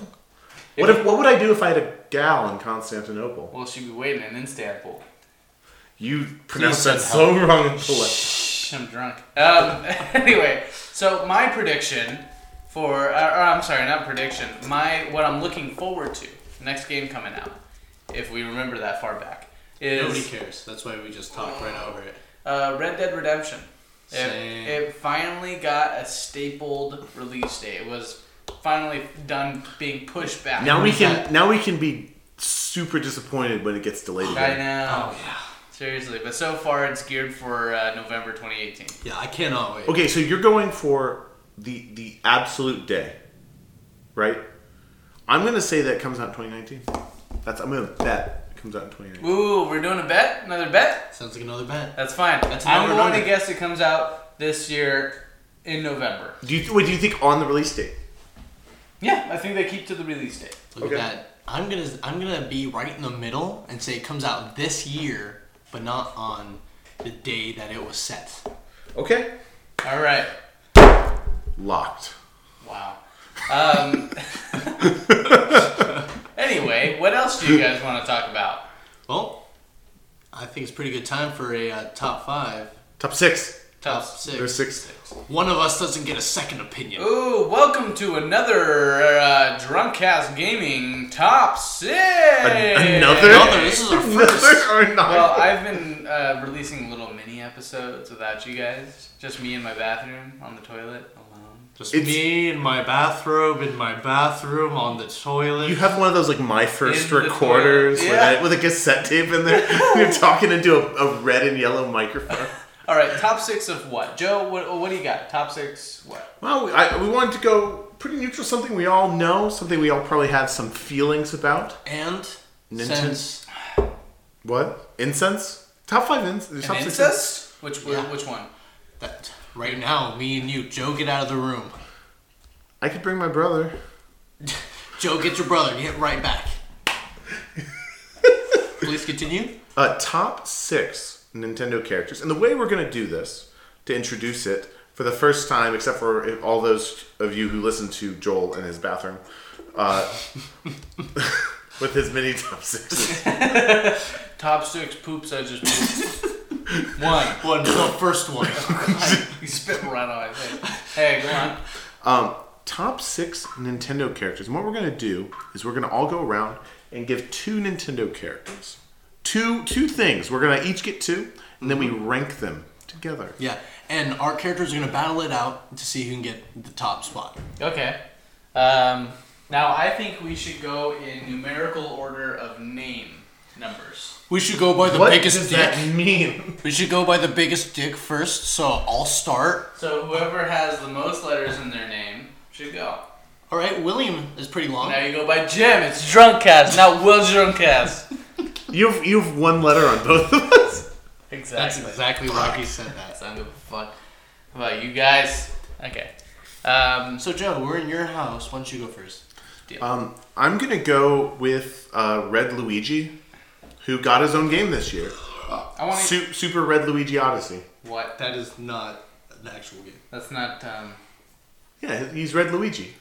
Speaker 3: If
Speaker 2: What
Speaker 3: you-
Speaker 2: if what would I do if I had a gal in Constantinople?
Speaker 3: Well, she'd be waiting in Istanbul.
Speaker 2: You pronounced
Speaker 4: send
Speaker 2: that so wrong. and polite.
Speaker 3: Shh, I'm drunk. Um, anyway, so my prediction for, uh, or I'm sorry, not prediction. My what I'm looking forward to next game coming out, if we remember that far back, is
Speaker 4: Nobody cares. That's why we just talk right over it.
Speaker 3: Uh, Red Dead Redemption. It,
Speaker 4: Same.
Speaker 3: it finally got a stapled release date. It was finally done being pushed back.
Speaker 2: Now we can
Speaker 4: Yeah.
Speaker 2: now we can be super disappointed when it gets delayed
Speaker 3: I
Speaker 2: again.
Speaker 3: know.
Speaker 4: Oh, yeah.
Speaker 3: Seriously, but so far it's geared for uh, November 2018.
Speaker 4: Yeah, I cannot wait.
Speaker 2: Okay, so you're going for the the absolute day, right? I'm gonna say that comes out in 2019. That's I'm gonna bet it comes out in 2019.
Speaker 3: Ooh, we're doing a bet? Another bet?
Speaker 4: Sounds like another bet.
Speaker 3: That's fine.
Speaker 4: That's
Speaker 3: I'm
Speaker 4: another
Speaker 3: going to
Speaker 4: number.
Speaker 3: guess it comes out this year in November.
Speaker 2: Do you what do you think on the release date?
Speaker 3: Yeah, I think they keep to the release date.
Speaker 4: Look
Speaker 2: Okay.
Speaker 4: at that. I'm gonna I'm gonna be right in the middle and say it comes out this year, but not on the day that it was set.
Speaker 2: Okay,
Speaker 3: All right.
Speaker 2: locked.
Speaker 3: Wow. Um, anyway, what else do you guys want to talk about?
Speaker 4: Well, I think it's pretty good time for a uh, top five,
Speaker 2: Top six.
Speaker 4: top
Speaker 3: Tough.
Speaker 4: six.
Speaker 2: There's six. Oh,
Speaker 4: One of us doesn't get a second opinion.
Speaker 3: Ooh, welcome to another uh, Drunkcast Gaming Top 6!
Speaker 2: Another.
Speaker 4: Another? This is our first.
Speaker 2: Another or not?
Speaker 3: Well, I've been uh, releasing little mini episodes without you guys. Just me in my bathroom, on the toilet, alone.
Speaker 4: Just
Speaker 2: It's-
Speaker 4: me in my bathrobe, in my bathroom, on the toilet.
Speaker 2: you have one of those like my first
Speaker 3: In the
Speaker 2: recorders
Speaker 3: toilet.
Speaker 2: with,
Speaker 3: Yeah.
Speaker 2: a, with a cassette tape in there. You're talking into a, a red and yellow microphone.
Speaker 3: All right, top six of what? Joe, what, what do you got? Top six what?
Speaker 2: Well, we, I, we wanted to go pretty neutral, something we all know, something we all probably have some feelings about.
Speaker 4: and
Speaker 2: Ninten-
Speaker 4: since
Speaker 2: What? Incense? Top five ins- top
Speaker 3: An
Speaker 2: six
Speaker 3: incest? Which, wh-
Speaker 4: Yeah.
Speaker 3: which one?
Speaker 4: that right now, me and you, Joe, get out of the room.
Speaker 2: I could bring my brother.
Speaker 4: Joe, get your brother. Get right back. Please continue.
Speaker 2: Uh, top six Nintendo characters. And the way we're going to do this, to introduce it for the first time, except for all those of you who listened to Joel in his bathroom, uh, with his mini top six.
Speaker 3: Top six poops I just pooped. One.
Speaker 4: One, the first one.
Speaker 3: you spit right on my face. Hey, go on.
Speaker 2: Um, top six Nintendo characters. And what we're going to do is we're going to all go around and give two Nintendo characters. Two, two things. We're going to each get two, and then we
Speaker 4: Mm-hmm.
Speaker 2: rank them together.
Speaker 4: yeah, and our characters are gonna battle it out to see who can get the top spot.
Speaker 3: Okay. Um, now I think we should go in numerical order of name numbers.
Speaker 4: We should go by the
Speaker 2: What
Speaker 4: biggest
Speaker 2: does
Speaker 4: dick.
Speaker 2: that mean?
Speaker 4: We should go by the biggest dick first. So I'll start.
Speaker 3: So whoever has the most letters in their name should go.
Speaker 4: All right, William is pretty long.
Speaker 3: Now you go by Jim. It's Drunkcast, not Will Drunkcast.
Speaker 2: You've you've one letter on both of us.
Speaker 4: That's
Speaker 3: exactly.
Speaker 4: exactly why he said that.
Speaker 3: I don't give a fuck about you guys. Okay. Um,
Speaker 4: So Joe, we're in your house. Why don't you go first?
Speaker 2: Um, I'm gonna go with uh, Red Luigi, who got his own game this year.
Speaker 3: I want to.
Speaker 2: Su- Super Red Luigi Odyssey.
Speaker 3: What?
Speaker 4: That is not an actual game.
Speaker 3: That's not. Um,
Speaker 2: Yeah, he's Red Luigi.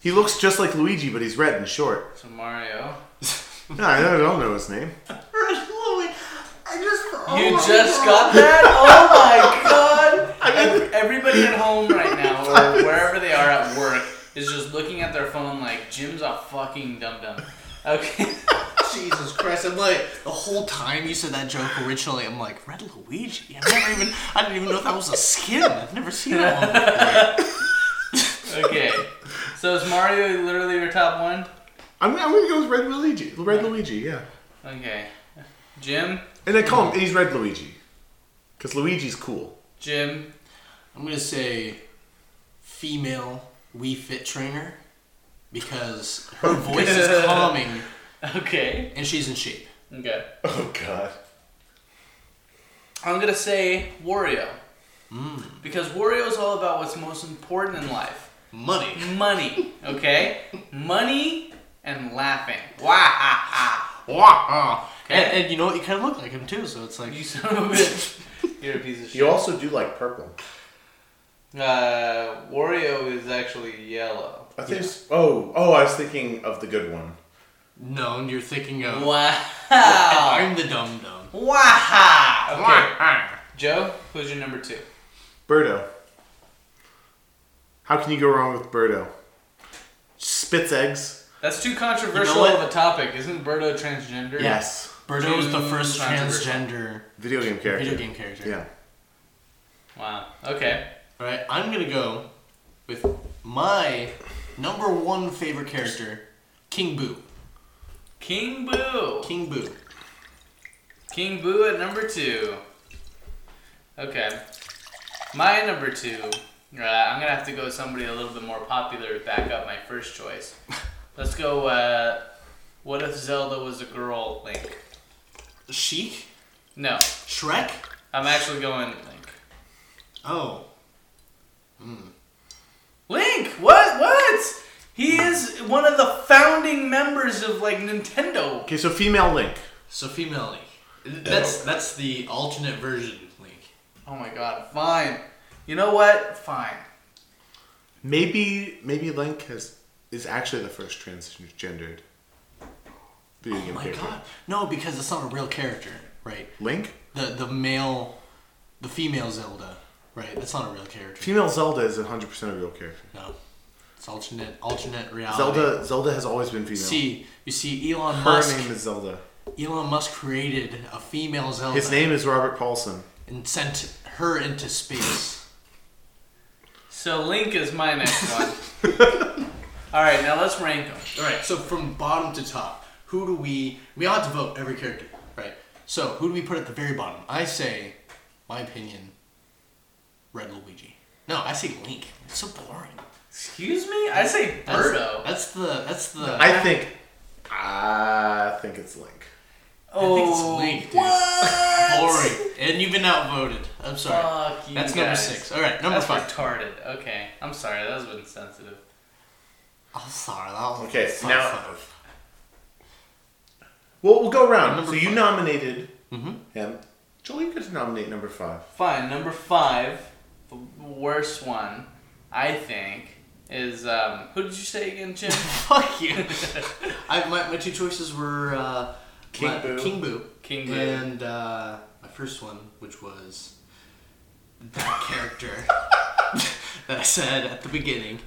Speaker 2: He looks just like Luigi, but he's red and short.
Speaker 3: so Mario.
Speaker 2: No, I don't I don't know his name.
Speaker 4: Oh
Speaker 3: You just oh got that? Oh my god! Ev- Everybody at home right now, or wherever they are at work, is just looking at their phone like Jim's a fucking dum dum. Okay.
Speaker 4: Jesus Christ! I'm like the whole time you said that joke originally. I'm like Red Luigi. I never even. I didn't even know that was a skin. I've never seen that one. before.
Speaker 3: Okay. So is Mario literally your top one?
Speaker 2: I'm, I'm gonna go with Red Luigi. Red Luigi, yeah.
Speaker 3: Okay. Jim,
Speaker 2: And I call him. He's Red Luigi, because Luigi's cool.
Speaker 3: Jim,
Speaker 4: I'm gonna say female Wii Fit trainer because her voice is calming
Speaker 3: okay.
Speaker 4: and she's in shape.
Speaker 3: Okay.
Speaker 2: Oh God.
Speaker 3: I'm gonna say Wario. Because Wario is all about what's most important in life.
Speaker 4: Money.
Speaker 3: Money, okay? Money and laughing. Wah ha ha.
Speaker 4: Wow. And, and you know what? You kind of look like him too, so it's like
Speaker 3: You son of a bitch. You're a piece of shit.
Speaker 2: You also do like purple.
Speaker 3: Uh, Wario is actually yellow.
Speaker 2: I think. Oh, oh, I was thinking of the good one.
Speaker 4: no, and you're thinking of
Speaker 3: Wow.
Speaker 4: I'm the dumb dumb.
Speaker 3: Wow. Okay. Joe, who's your number two?
Speaker 2: Birdo. How can you go wrong with Birdo? Spits eggs.
Speaker 3: That's too controversial
Speaker 4: You know what?
Speaker 3: of a topic. Isn't Birdo transgender?
Speaker 2: Yes.
Speaker 4: Birdo was the
Speaker 3: Too
Speaker 4: first
Speaker 3: controversial.
Speaker 4: transgender
Speaker 2: Video game character.
Speaker 4: video game character.
Speaker 2: Yeah.
Speaker 3: Wow. Okay.
Speaker 4: All right, I'm gonna go with my number one favorite character, King Boo.
Speaker 3: King Boo.
Speaker 4: King Boo.
Speaker 3: King Boo at number two. Okay. My number two. Uh, I'm gonna have to go with somebody a little bit more popular to back up my first choice. Let's go. Uh, what if Zelda was a girl? Link.
Speaker 4: Sheik.
Speaker 3: No,
Speaker 4: Shrek.
Speaker 3: I'm actually going Link.
Speaker 4: Oh.
Speaker 3: Link, what? What? He is one of the founding members of like Nintendo.
Speaker 2: Okay, so female Link.
Speaker 4: So female
Speaker 2: Oh.
Speaker 4: Link. That's that's the alternate version of Link.
Speaker 3: Oh my god, fine. You know what? Fine.
Speaker 2: Maybe maybe Link has is actually the first transgendered video
Speaker 4: Oh
Speaker 2: game
Speaker 4: my
Speaker 2: character.
Speaker 4: god. No, because it's not a real character, right?
Speaker 2: Link?
Speaker 4: The the male, the female Zelda, right? That's not a real character.
Speaker 2: Female Zelda is 100% a real character.
Speaker 4: No, it's alternate alternate reality.
Speaker 2: Zelda Zelda has always been female.
Speaker 4: See, you see, Elon
Speaker 2: Her
Speaker 4: Musk.
Speaker 2: name is Zelda.
Speaker 4: Elon Musk created a female Zelda
Speaker 2: His name is Robert Paulson.
Speaker 4: and sent her into space.
Speaker 3: So Link is my next one. All right, now let's rank them.
Speaker 4: All right, so from bottom to top, who do we? We all have to vote every character, right? So who do we put at the very bottom? I say, my opinion, Red Luigi. No, I say Link. It's so boring.
Speaker 3: Excuse me? I say
Speaker 4: That's,
Speaker 3: Birdo.
Speaker 4: That's the. That's the.
Speaker 2: I think I think it's Link.
Speaker 4: I think it's
Speaker 3: Oh,
Speaker 4: Link, dude.
Speaker 3: What?
Speaker 4: boring. And you've been outvoted. I'm sorry.
Speaker 3: Fuck you
Speaker 4: that's number
Speaker 3: guys.
Speaker 4: six. All right, number
Speaker 3: That's
Speaker 4: five.
Speaker 3: retarded. Okay. I'm sorry, that was insensitive.
Speaker 4: I'm Oh, sorry. That was
Speaker 2: Okay,
Speaker 4: so
Speaker 2: now-
Speaker 4: funny.
Speaker 2: Well, we'll go around.
Speaker 4: Number
Speaker 2: so you
Speaker 4: five.
Speaker 2: nominated
Speaker 4: Mm-hmm.
Speaker 2: him. Joel, you get to nominate number five.
Speaker 3: Fine. Number five, the worst one, I think, is um, who did you say again, Jim?
Speaker 4: Fuck you. I, my, my two choices were uh,
Speaker 2: King
Speaker 4: my-
Speaker 2: Boo.
Speaker 4: King Boo.
Speaker 3: King Boo.
Speaker 4: And uh, my first one, which was that character that I said at the beginning,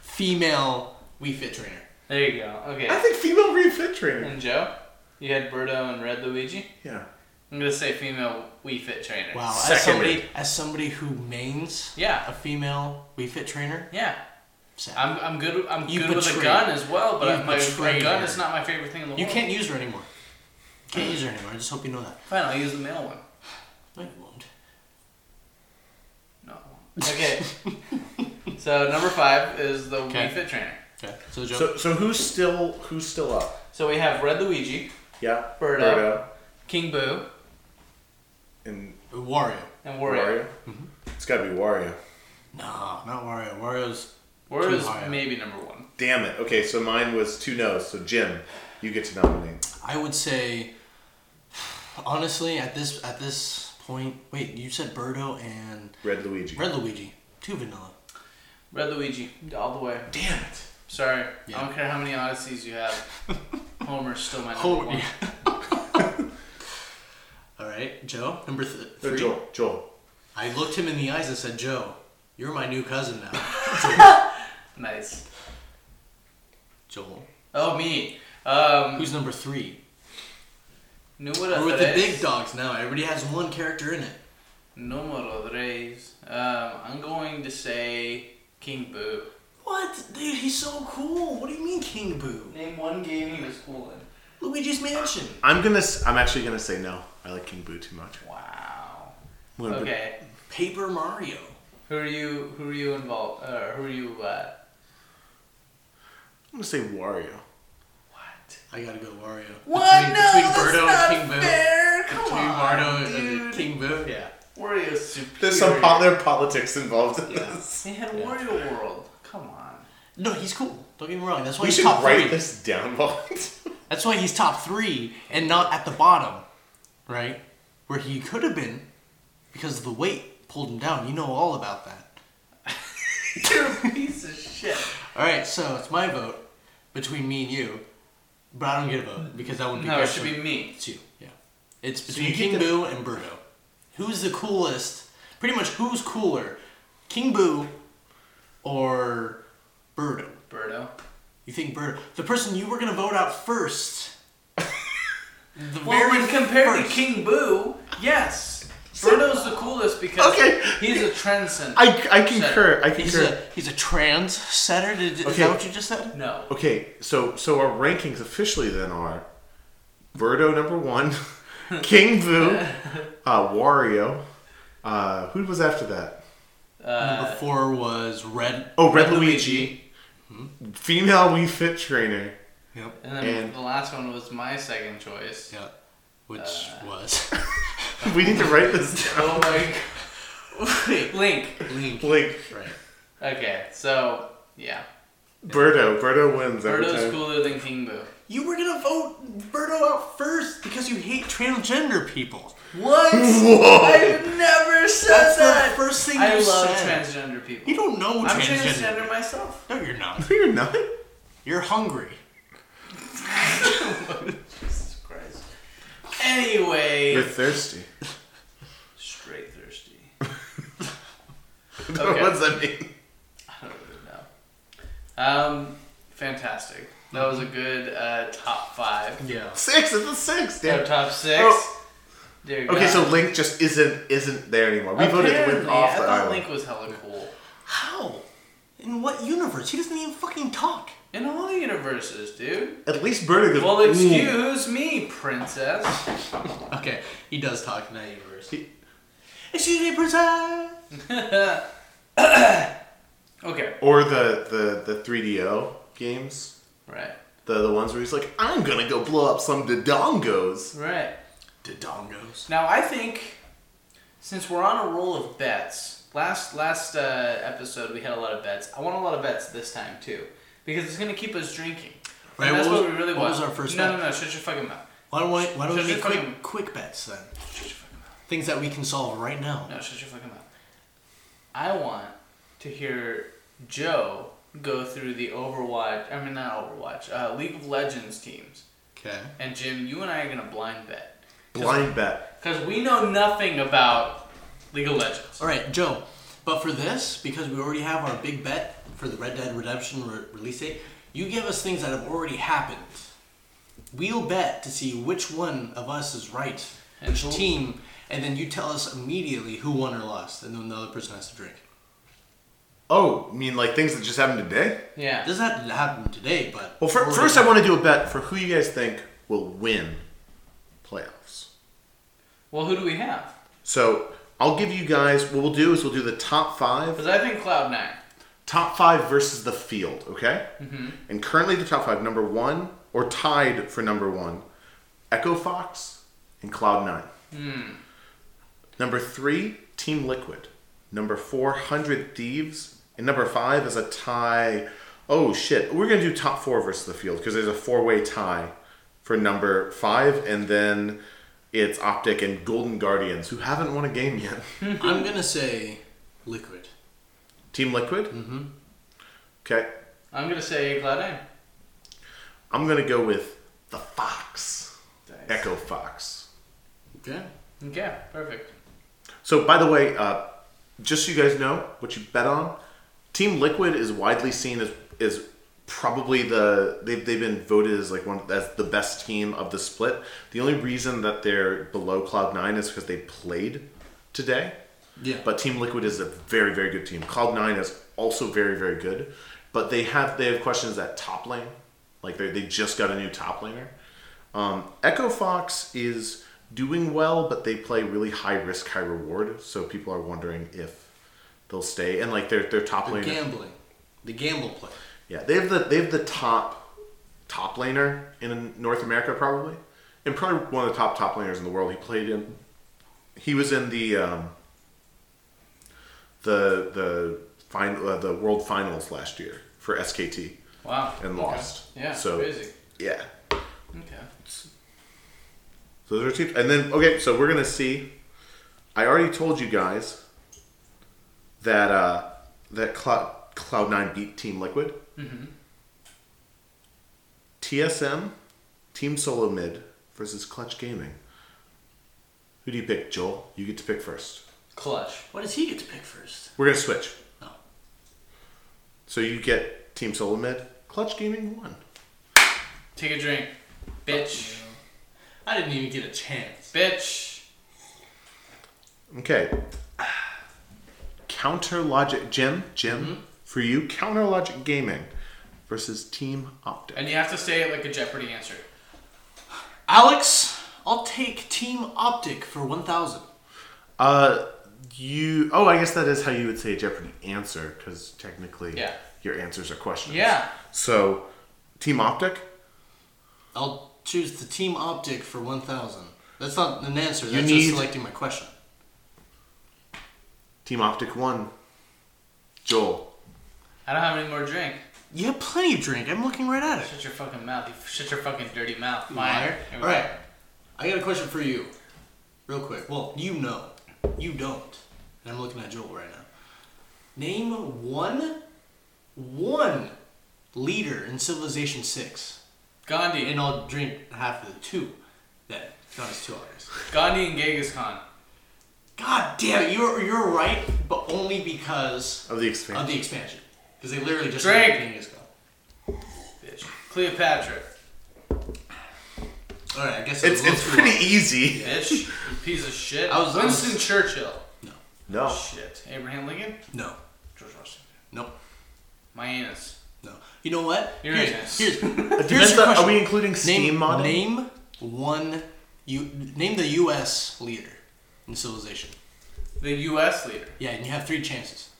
Speaker 4: female Wii Fit trainer.
Speaker 3: there you go.
Speaker 2: I
Speaker 3: Okay.
Speaker 2: think female Reed Fit
Speaker 4: Mm.
Speaker 2: trainer.
Speaker 3: And Joe, you had Birdo and Red Luigi.
Speaker 2: Yeah.
Speaker 3: I'm gonna say female Wii Fit trainer.
Speaker 4: Wow. As
Speaker 2: Seconded.
Speaker 4: somebody, as somebody who mains
Speaker 3: Yeah.
Speaker 4: a female Wii Fit trainer,
Speaker 3: Yeah.
Speaker 4: sad.
Speaker 3: I'm, I'm good. I'm
Speaker 4: You
Speaker 3: good with a
Speaker 4: betrayed-
Speaker 3: gun as well, but
Speaker 4: you
Speaker 3: I- my, my
Speaker 4: betrayed
Speaker 3: gun
Speaker 4: her.
Speaker 3: is not my favorite thing in the
Speaker 4: you
Speaker 3: world.
Speaker 4: can't use her anymore. Can't use her anymore. I just hope you know that.
Speaker 3: Fine, I'll use the male one.
Speaker 4: No, you won't.
Speaker 3: No. Okay. so number five is the
Speaker 4: Okay.
Speaker 3: Wii Fit trainer.
Speaker 4: Okay. So, Joe,
Speaker 2: So so who's still who's still up?
Speaker 3: So we have Red Luigi,
Speaker 2: Yeah.
Speaker 3: Birdo. King Boo,
Speaker 2: and
Speaker 4: Wario.
Speaker 3: and
Speaker 2: Wario.
Speaker 3: Wario.
Speaker 4: Mm-hmm.
Speaker 2: It's got to be Wario.
Speaker 4: No, not Wario. Wario's
Speaker 3: Wario is
Speaker 4: Too high up.
Speaker 3: maybe number one.
Speaker 2: Damn it. Okay, so mine was two no's. So Jim, you get to nominate.
Speaker 4: I would say, honestly, at this at this point, wait, you said Birdo and
Speaker 2: Red Luigi.
Speaker 4: Red Luigi, two vanilla.
Speaker 3: Red Luigi, all the way.
Speaker 2: Damn it.
Speaker 3: Sorry, I
Speaker 4: Yeah.
Speaker 3: don't care how many odysseys you have. Homer's still my
Speaker 2: Oh,
Speaker 3: number
Speaker 4: Homer,
Speaker 3: one.
Speaker 4: All right, Joe, number th-
Speaker 2: No,
Speaker 4: three.
Speaker 2: Uh, Joel. Joel.
Speaker 4: I looked him in the eyes and said, Joe, you're my new cousin now.
Speaker 3: Nice.
Speaker 4: Joel,
Speaker 3: Oh me. Um,
Speaker 4: who's number three?
Speaker 3: número
Speaker 4: We're with the
Speaker 3: tres.
Speaker 4: big dogs now. Everybody has one character in it.
Speaker 3: Número tres. Um, I'm going to say King Boo.
Speaker 4: What, dude? He's so cool. What do you mean, King Boo?
Speaker 3: Name one game he was cool in.
Speaker 4: Luigi's Mansion.
Speaker 2: I'm gonna. s- I'm actually gonna say no. I like King Boo too much.
Speaker 3: Wow.
Speaker 2: I'm gonna put-
Speaker 3: Okay.
Speaker 4: Paper Mario.
Speaker 3: Who are you? Who are you involved? Uh, who are you? Uh,
Speaker 2: I'm gonna say Wario.
Speaker 3: what?
Speaker 4: I gotta go Wario.
Speaker 3: What?
Speaker 4: Between,
Speaker 3: No,
Speaker 4: between
Speaker 3: that's
Speaker 4: Birdo
Speaker 3: not
Speaker 4: and King Boo.
Speaker 3: fair. Come
Speaker 4: Between
Speaker 3: on,
Speaker 4: Birdo
Speaker 3: dude.
Speaker 4: and King Boo. Yeah.
Speaker 3: Wario Superior.
Speaker 2: There's some pol- there are politics involved in this.
Speaker 3: They had Wario World. Come on.
Speaker 4: No, he's cool. Don't get me wrong. That's why
Speaker 2: We
Speaker 4: he's
Speaker 2: should
Speaker 4: top
Speaker 2: write
Speaker 4: three.
Speaker 2: this down. while it's-
Speaker 4: That's why he's top three and not at the bottom, right? Where he could have been because the weight pulled him down. You know all about that.
Speaker 3: You're a piece of shit.
Speaker 4: All right, so it's my vote between me and you, but I don't get a vote because that wouldn't be
Speaker 3: No, it
Speaker 4: fair
Speaker 3: should
Speaker 4: for-
Speaker 3: be me.
Speaker 4: It's you. Yeah. It's
Speaker 2: you
Speaker 4: between
Speaker 2: get
Speaker 4: King
Speaker 2: the-
Speaker 4: Boo and Birdo. Who's the coolest? Pretty much who's cooler, King Boo or Birdo?
Speaker 3: Birdo.
Speaker 4: You think Birdo? The person you were gonna vote out first. The
Speaker 3: Well, when compared to
Speaker 4: first.
Speaker 3: King Boo, yes. Birdo's the coolest because
Speaker 2: Okay.
Speaker 3: he's a transcendent.
Speaker 2: I, I concur. I
Speaker 4: He's
Speaker 2: concur.
Speaker 4: a he's a trans setter. Did, Is
Speaker 2: Okay.
Speaker 4: that what you just said?
Speaker 3: no.
Speaker 2: Okay, so so our rankings officially then are Birdo number one, King Boo, uh, Wario. Uh, who was after that?
Speaker 3: Uh,
Speaker 4: Number four was Red.
Speaker 2: Oh, Red, Luigi, female Wii Fit trainer.
Speaker 4: Yep.
Speaker 3: And then
Speaker 2: And-
Speaker 3: the last one was my second choice.
Speaker 4: Yeah. Which
Speaker 3: Uh,
Speaker 4: was
Speaker 2: We need to write this down.
Speaker 3: Oh my god. Link.
Speaker 4: Link.
Speaker 2: Like
Speaker 4: Right.
Speaker 3: Okay, so yeah.
Speaker 2: Birdo, Birdo wins every
Speaker 3: Birdo's
Speaker 2: time.
Speaker 3: cooler than King Boo.
Speaker 4: You were gonna vote Birdo out first because you hate transgender people.
Speaker 3: What?
Speaker 2: Whoa.
Speaker 3: I've never said
Speaker 4: That's
Speaker 3: that.
Speaker 4: the first thing
Speaker 3: I
Speaker 4: you
Speaker 3: love
Speaker 4: said.
Speaker 3: transgender people.
Speaker 4: you don't know
Speaker 3: I'm
Speaker 4: transgender.
Speaker 3: transgender myself.
Speaker 4: No, you're not.
Speaker 2: No, you're not.
Speaker 4: You're hungry.
Speaker 3: Jesus Christ. Anyway,
Speaker 2: You're thirsty.
Speaker 3: straight thirsty.
Speaker 2: What does that mean?
Speaker 3: I don't really know. Um, fantastic. That was a good uh, top five.
Speaker 4: Yeah.
Speaker 2: Six. It's a six.
Speaker 3: Yeah.
Speaker 2: Damn.
Speaker 3: top six.
Speaker 2: Oh.
Speaker 3: Dear
Speaker 2: Okay,
Speaker 3: God.
Speaker 2: so Link just isn't isn't there anymore. We voted Link
Speaker 3: Apparently,
Speaker 2: off
Speaker 3: I
Speaker 2: the
Speaker 3: thought
Speaker 2: island.
Speaker 3: Link was hella cool.
Speaker 4: How? In what universe? He doesn't even fucking talk.
Speaker 3: In all the universes, dude.
Speaker 2: At least Birdo goes.
Speaker 3: Well,
Speaker 2: "Ooh."
Speaker 3: excuse me, princess.
Speaker 4: Okay, he does talk in that universe. Excuse me, princess.
Speaker 3: Okay.
Speaker 2: Or the the the 3DO games.
Speaker 3: Right.
Speaker 2: The, the ones where he's like, I'm gonna go blow up some Dodongos.
Speaker 3: Right.
Speaker 4: Dodongos.
Speaker 3: Now I think since we're on a roll of bets, last last uh, episode we had a lot of bets. I want a lot of bets this time too because it's gonna keep us drinking.
Speaker 4: Right,
Speaker 3: and that's
Speaker 4: what
Speaker 3: what,
Speaker 4: was-
Speaker 3: we really
Speaker 4: what
Speaker 3: want.
Speaker 4: was our first
Speaker 3: No,
Speaker 4: bet?
Speaker 3: no, no. Shut your fucking mouth.
Speaker 4: Why don't we, why don't we
Speaker 3: Shut
Speaker 4: make
Speaker 3: your
Speaker 4: quick,
Speaker 3: fucking-
Speaker 4: quick bets then?
Speaker 3: Shut your fucking mouth.
Speaker 4: Things that we can solve right now.
Speaker 3: No, shut your fucking mouth. I want to hear Joe go through the Overwatch. I mean, not Overwatch. Uh, League of Legends teams.
Speaker 4: Okay.
Speaker 3: And Jim, you and I are gonna blind bet
Speaker 2: Blind bet.
Speaker 3: because we know nothing about League of Legends.
Speaker 4: All right, Joe. But for this, because we already have our big bet for the Red Dead Redemption re- release date, you give us things that have already happened. We'll bet to see which one of us is right,
Speaker 3: And
Speaker 4: which
Speaker 3: who-
Speaker 4: team, and then you tell us immediately who won or lost, and then the other person has to drink.
Speaker 2: Oh, you mean like things that just happened today?
Speaker 3: Yeah.
Speaker 4: It doesn't have to happen today, but
Speaker 2: Well, fir-
Speaker 4: we're-
Speaker 2: first I want to do a bet for who you guys think will win playoffs.
Speaker 3: Well, who do we have?
Speaker 2: So I'll give you guys what we'll do is we'll do the top five,
Speaker 3: Because I think Cloud Nine.
Speaker 2: top five versus the field, okay? And currently the top five, number one or tied for number one, Echo Fox and Cloud Nine. Number three, Team Liquid. Number four, Hundred Thieves, and number five is a tie. Oh shit, we're gonna do top four versus the field because there's a four-way tie for number five, and then it's Optic and Golden Guardians who haven't won a game yet.
Speaker 4: I'm gonna say liquid.
Speaker 2: Team Liquid. Mm-hmm. Okay,
Speaker 3: I'm gonna say Cloud Nine.
Speaker 2: I'm gonna go with the Fox,
Speaker 3: Nice.
Speaker 2: Echo Fox.
Speaker 4: Okay.
Speaker 3: Okay. Perfect.
Speaker 2: So, by the way, uh, just so you guys know what you bet on, Team Liquid is widely seen as is probably the they've, they've been voted as like one as the best team of the split. The only reason that they're below Cloud Nine is because they played today.
Speaker 4: Yeah.
Speaker 2: But Team Liquid is a very very good team. Cloud Nine is also very very good, but they have they have questions at top lane. Like they they just got a new top laner. Um, Echo Fox is doing well, but they play really high risk, high reward. So people are wondering if they'll stay. And like their their top laner,
Speaker 4: gambling. The gamble play.
Speaker 2: yeah, they have the they have the top top laner in North America probably, and probably one of the top top laners in the world. He played in, he was in the um, the the final uh, the world finals last year for SKT
Speaker 3: Wow.
Speaker 2: and
Speaker 3: Okay.
Speaker 2: lost.
Speaker 3: Yeah.
Speaker 2: so
Speaker 3: crazy.
Speaker 2: yeah,
Speaker 3: Okay.
Speaker 2: So those are two. And then okay, so we're gonna see. I already told you guys that uh, that Cloud Cloud Nine beat Team Liquid. TSM, Team Solo Mid versus Clutch Gaming. Who do you pick, Joel? You get to pick first.
Speaker 3: Clutch.
Speaker 4: What does he get to pick first?
Speaker 2: We're gonna switch.
Speaker 4: Oh.
Speaker 2: So you get Team Solo Mid. Clutch Gaming won.
Speaker 3: Take a drink, bitch.
Speaker 4: I didn't even get a chance.
Speaker 3: Bitch.
Speaker 2: Okay. Counter Logic Jim, Jim,
Speaker 4: Mm-hmm.
Speaker 2: for you, Counter Logic Gaming versus Team Optic.
Speaker 3: And you have to say it like a Jeopardy answer.
Speaker 4: Alex, I'll take Team Optic for 1,000.
Speaker 2: uh, you. Oh, I guess that is how you would say Jeopardy answer, because technically,
Speaker 3: Yeah.
Speaker 2: your answers are questions.
Speaker 3: Yeah.
Speaker 2: So, Team Optic,
Speaker 4: I'll choose the Team Optic for 1,000. That's not an answer, that's
Speaker 2: need-
Speaker 4: just selecting my question.
Speaker 2: Team Optic won. Joel,
Speaker 3: I don't have any more drink.
Speaker 4: You have plenty of drink. I'm looking right at it.
Speaker 3: Shut your fucking mouth. You shut your fucking dirty mouth.
Speaker 4: Liar.
Speaker 3: Here we
Speaker 4: All right.
Speaker 3: go.
Speaker 4: I got a question for you. Real quick. Well, you know. You don't. And I'm looking at Joel right now. Name one, one leader in Civilization 6.
Speaker 3: Gandhi.
Speaker 4: And I'll drink half of the two. Then. Not as two hours.
Speaker 3: Gandhi and Genghis Khan.
Speaker 4: God damn it. You're, you're right, but only because
Speaker 2: of the expansion.
Speaker 4: of the expansion. Because they literally just
Speaker 3: Drink.
Speaker 4: made Genghis Khan.
Speaker 3: Bitch. Cleopatra.
Speaker 4: All right, I guess
Speaker 2: it's it's
Speaker 4: I was a little
Speaker 2: pretty
Speaker 4: too
Speaker 2: easy.
Speaker 3: Bitch. You piece of shit.
Speaker 4: I was- I was-
Speaker 3: Winston Churchill.
Speaker 2: No.
Speaker 3: Shit. Abraham Lincoln.
Speaker 4: off. No,
Speaker 3: George Washington.
Speaker 4: no,
Speaker 3: My anus.
Speaker 4: no. You know what?
Speaker 3: Your
Speaker 4: here's
Speaker 3: anus.
Speaker 4: here's, here's
Speaker 2: Depends
Speaker 4: your
Speaker 2: on-
Speaker 4: question.
Speaker 2: are we including Steam
Speaker 4: name,
Speaker 2: modding?
Speaker 4: Name one. You name the U.S. leader in civilization.
Speaker 3: The U.S. leader.
Speaker 4: Yeah, and you have three chances.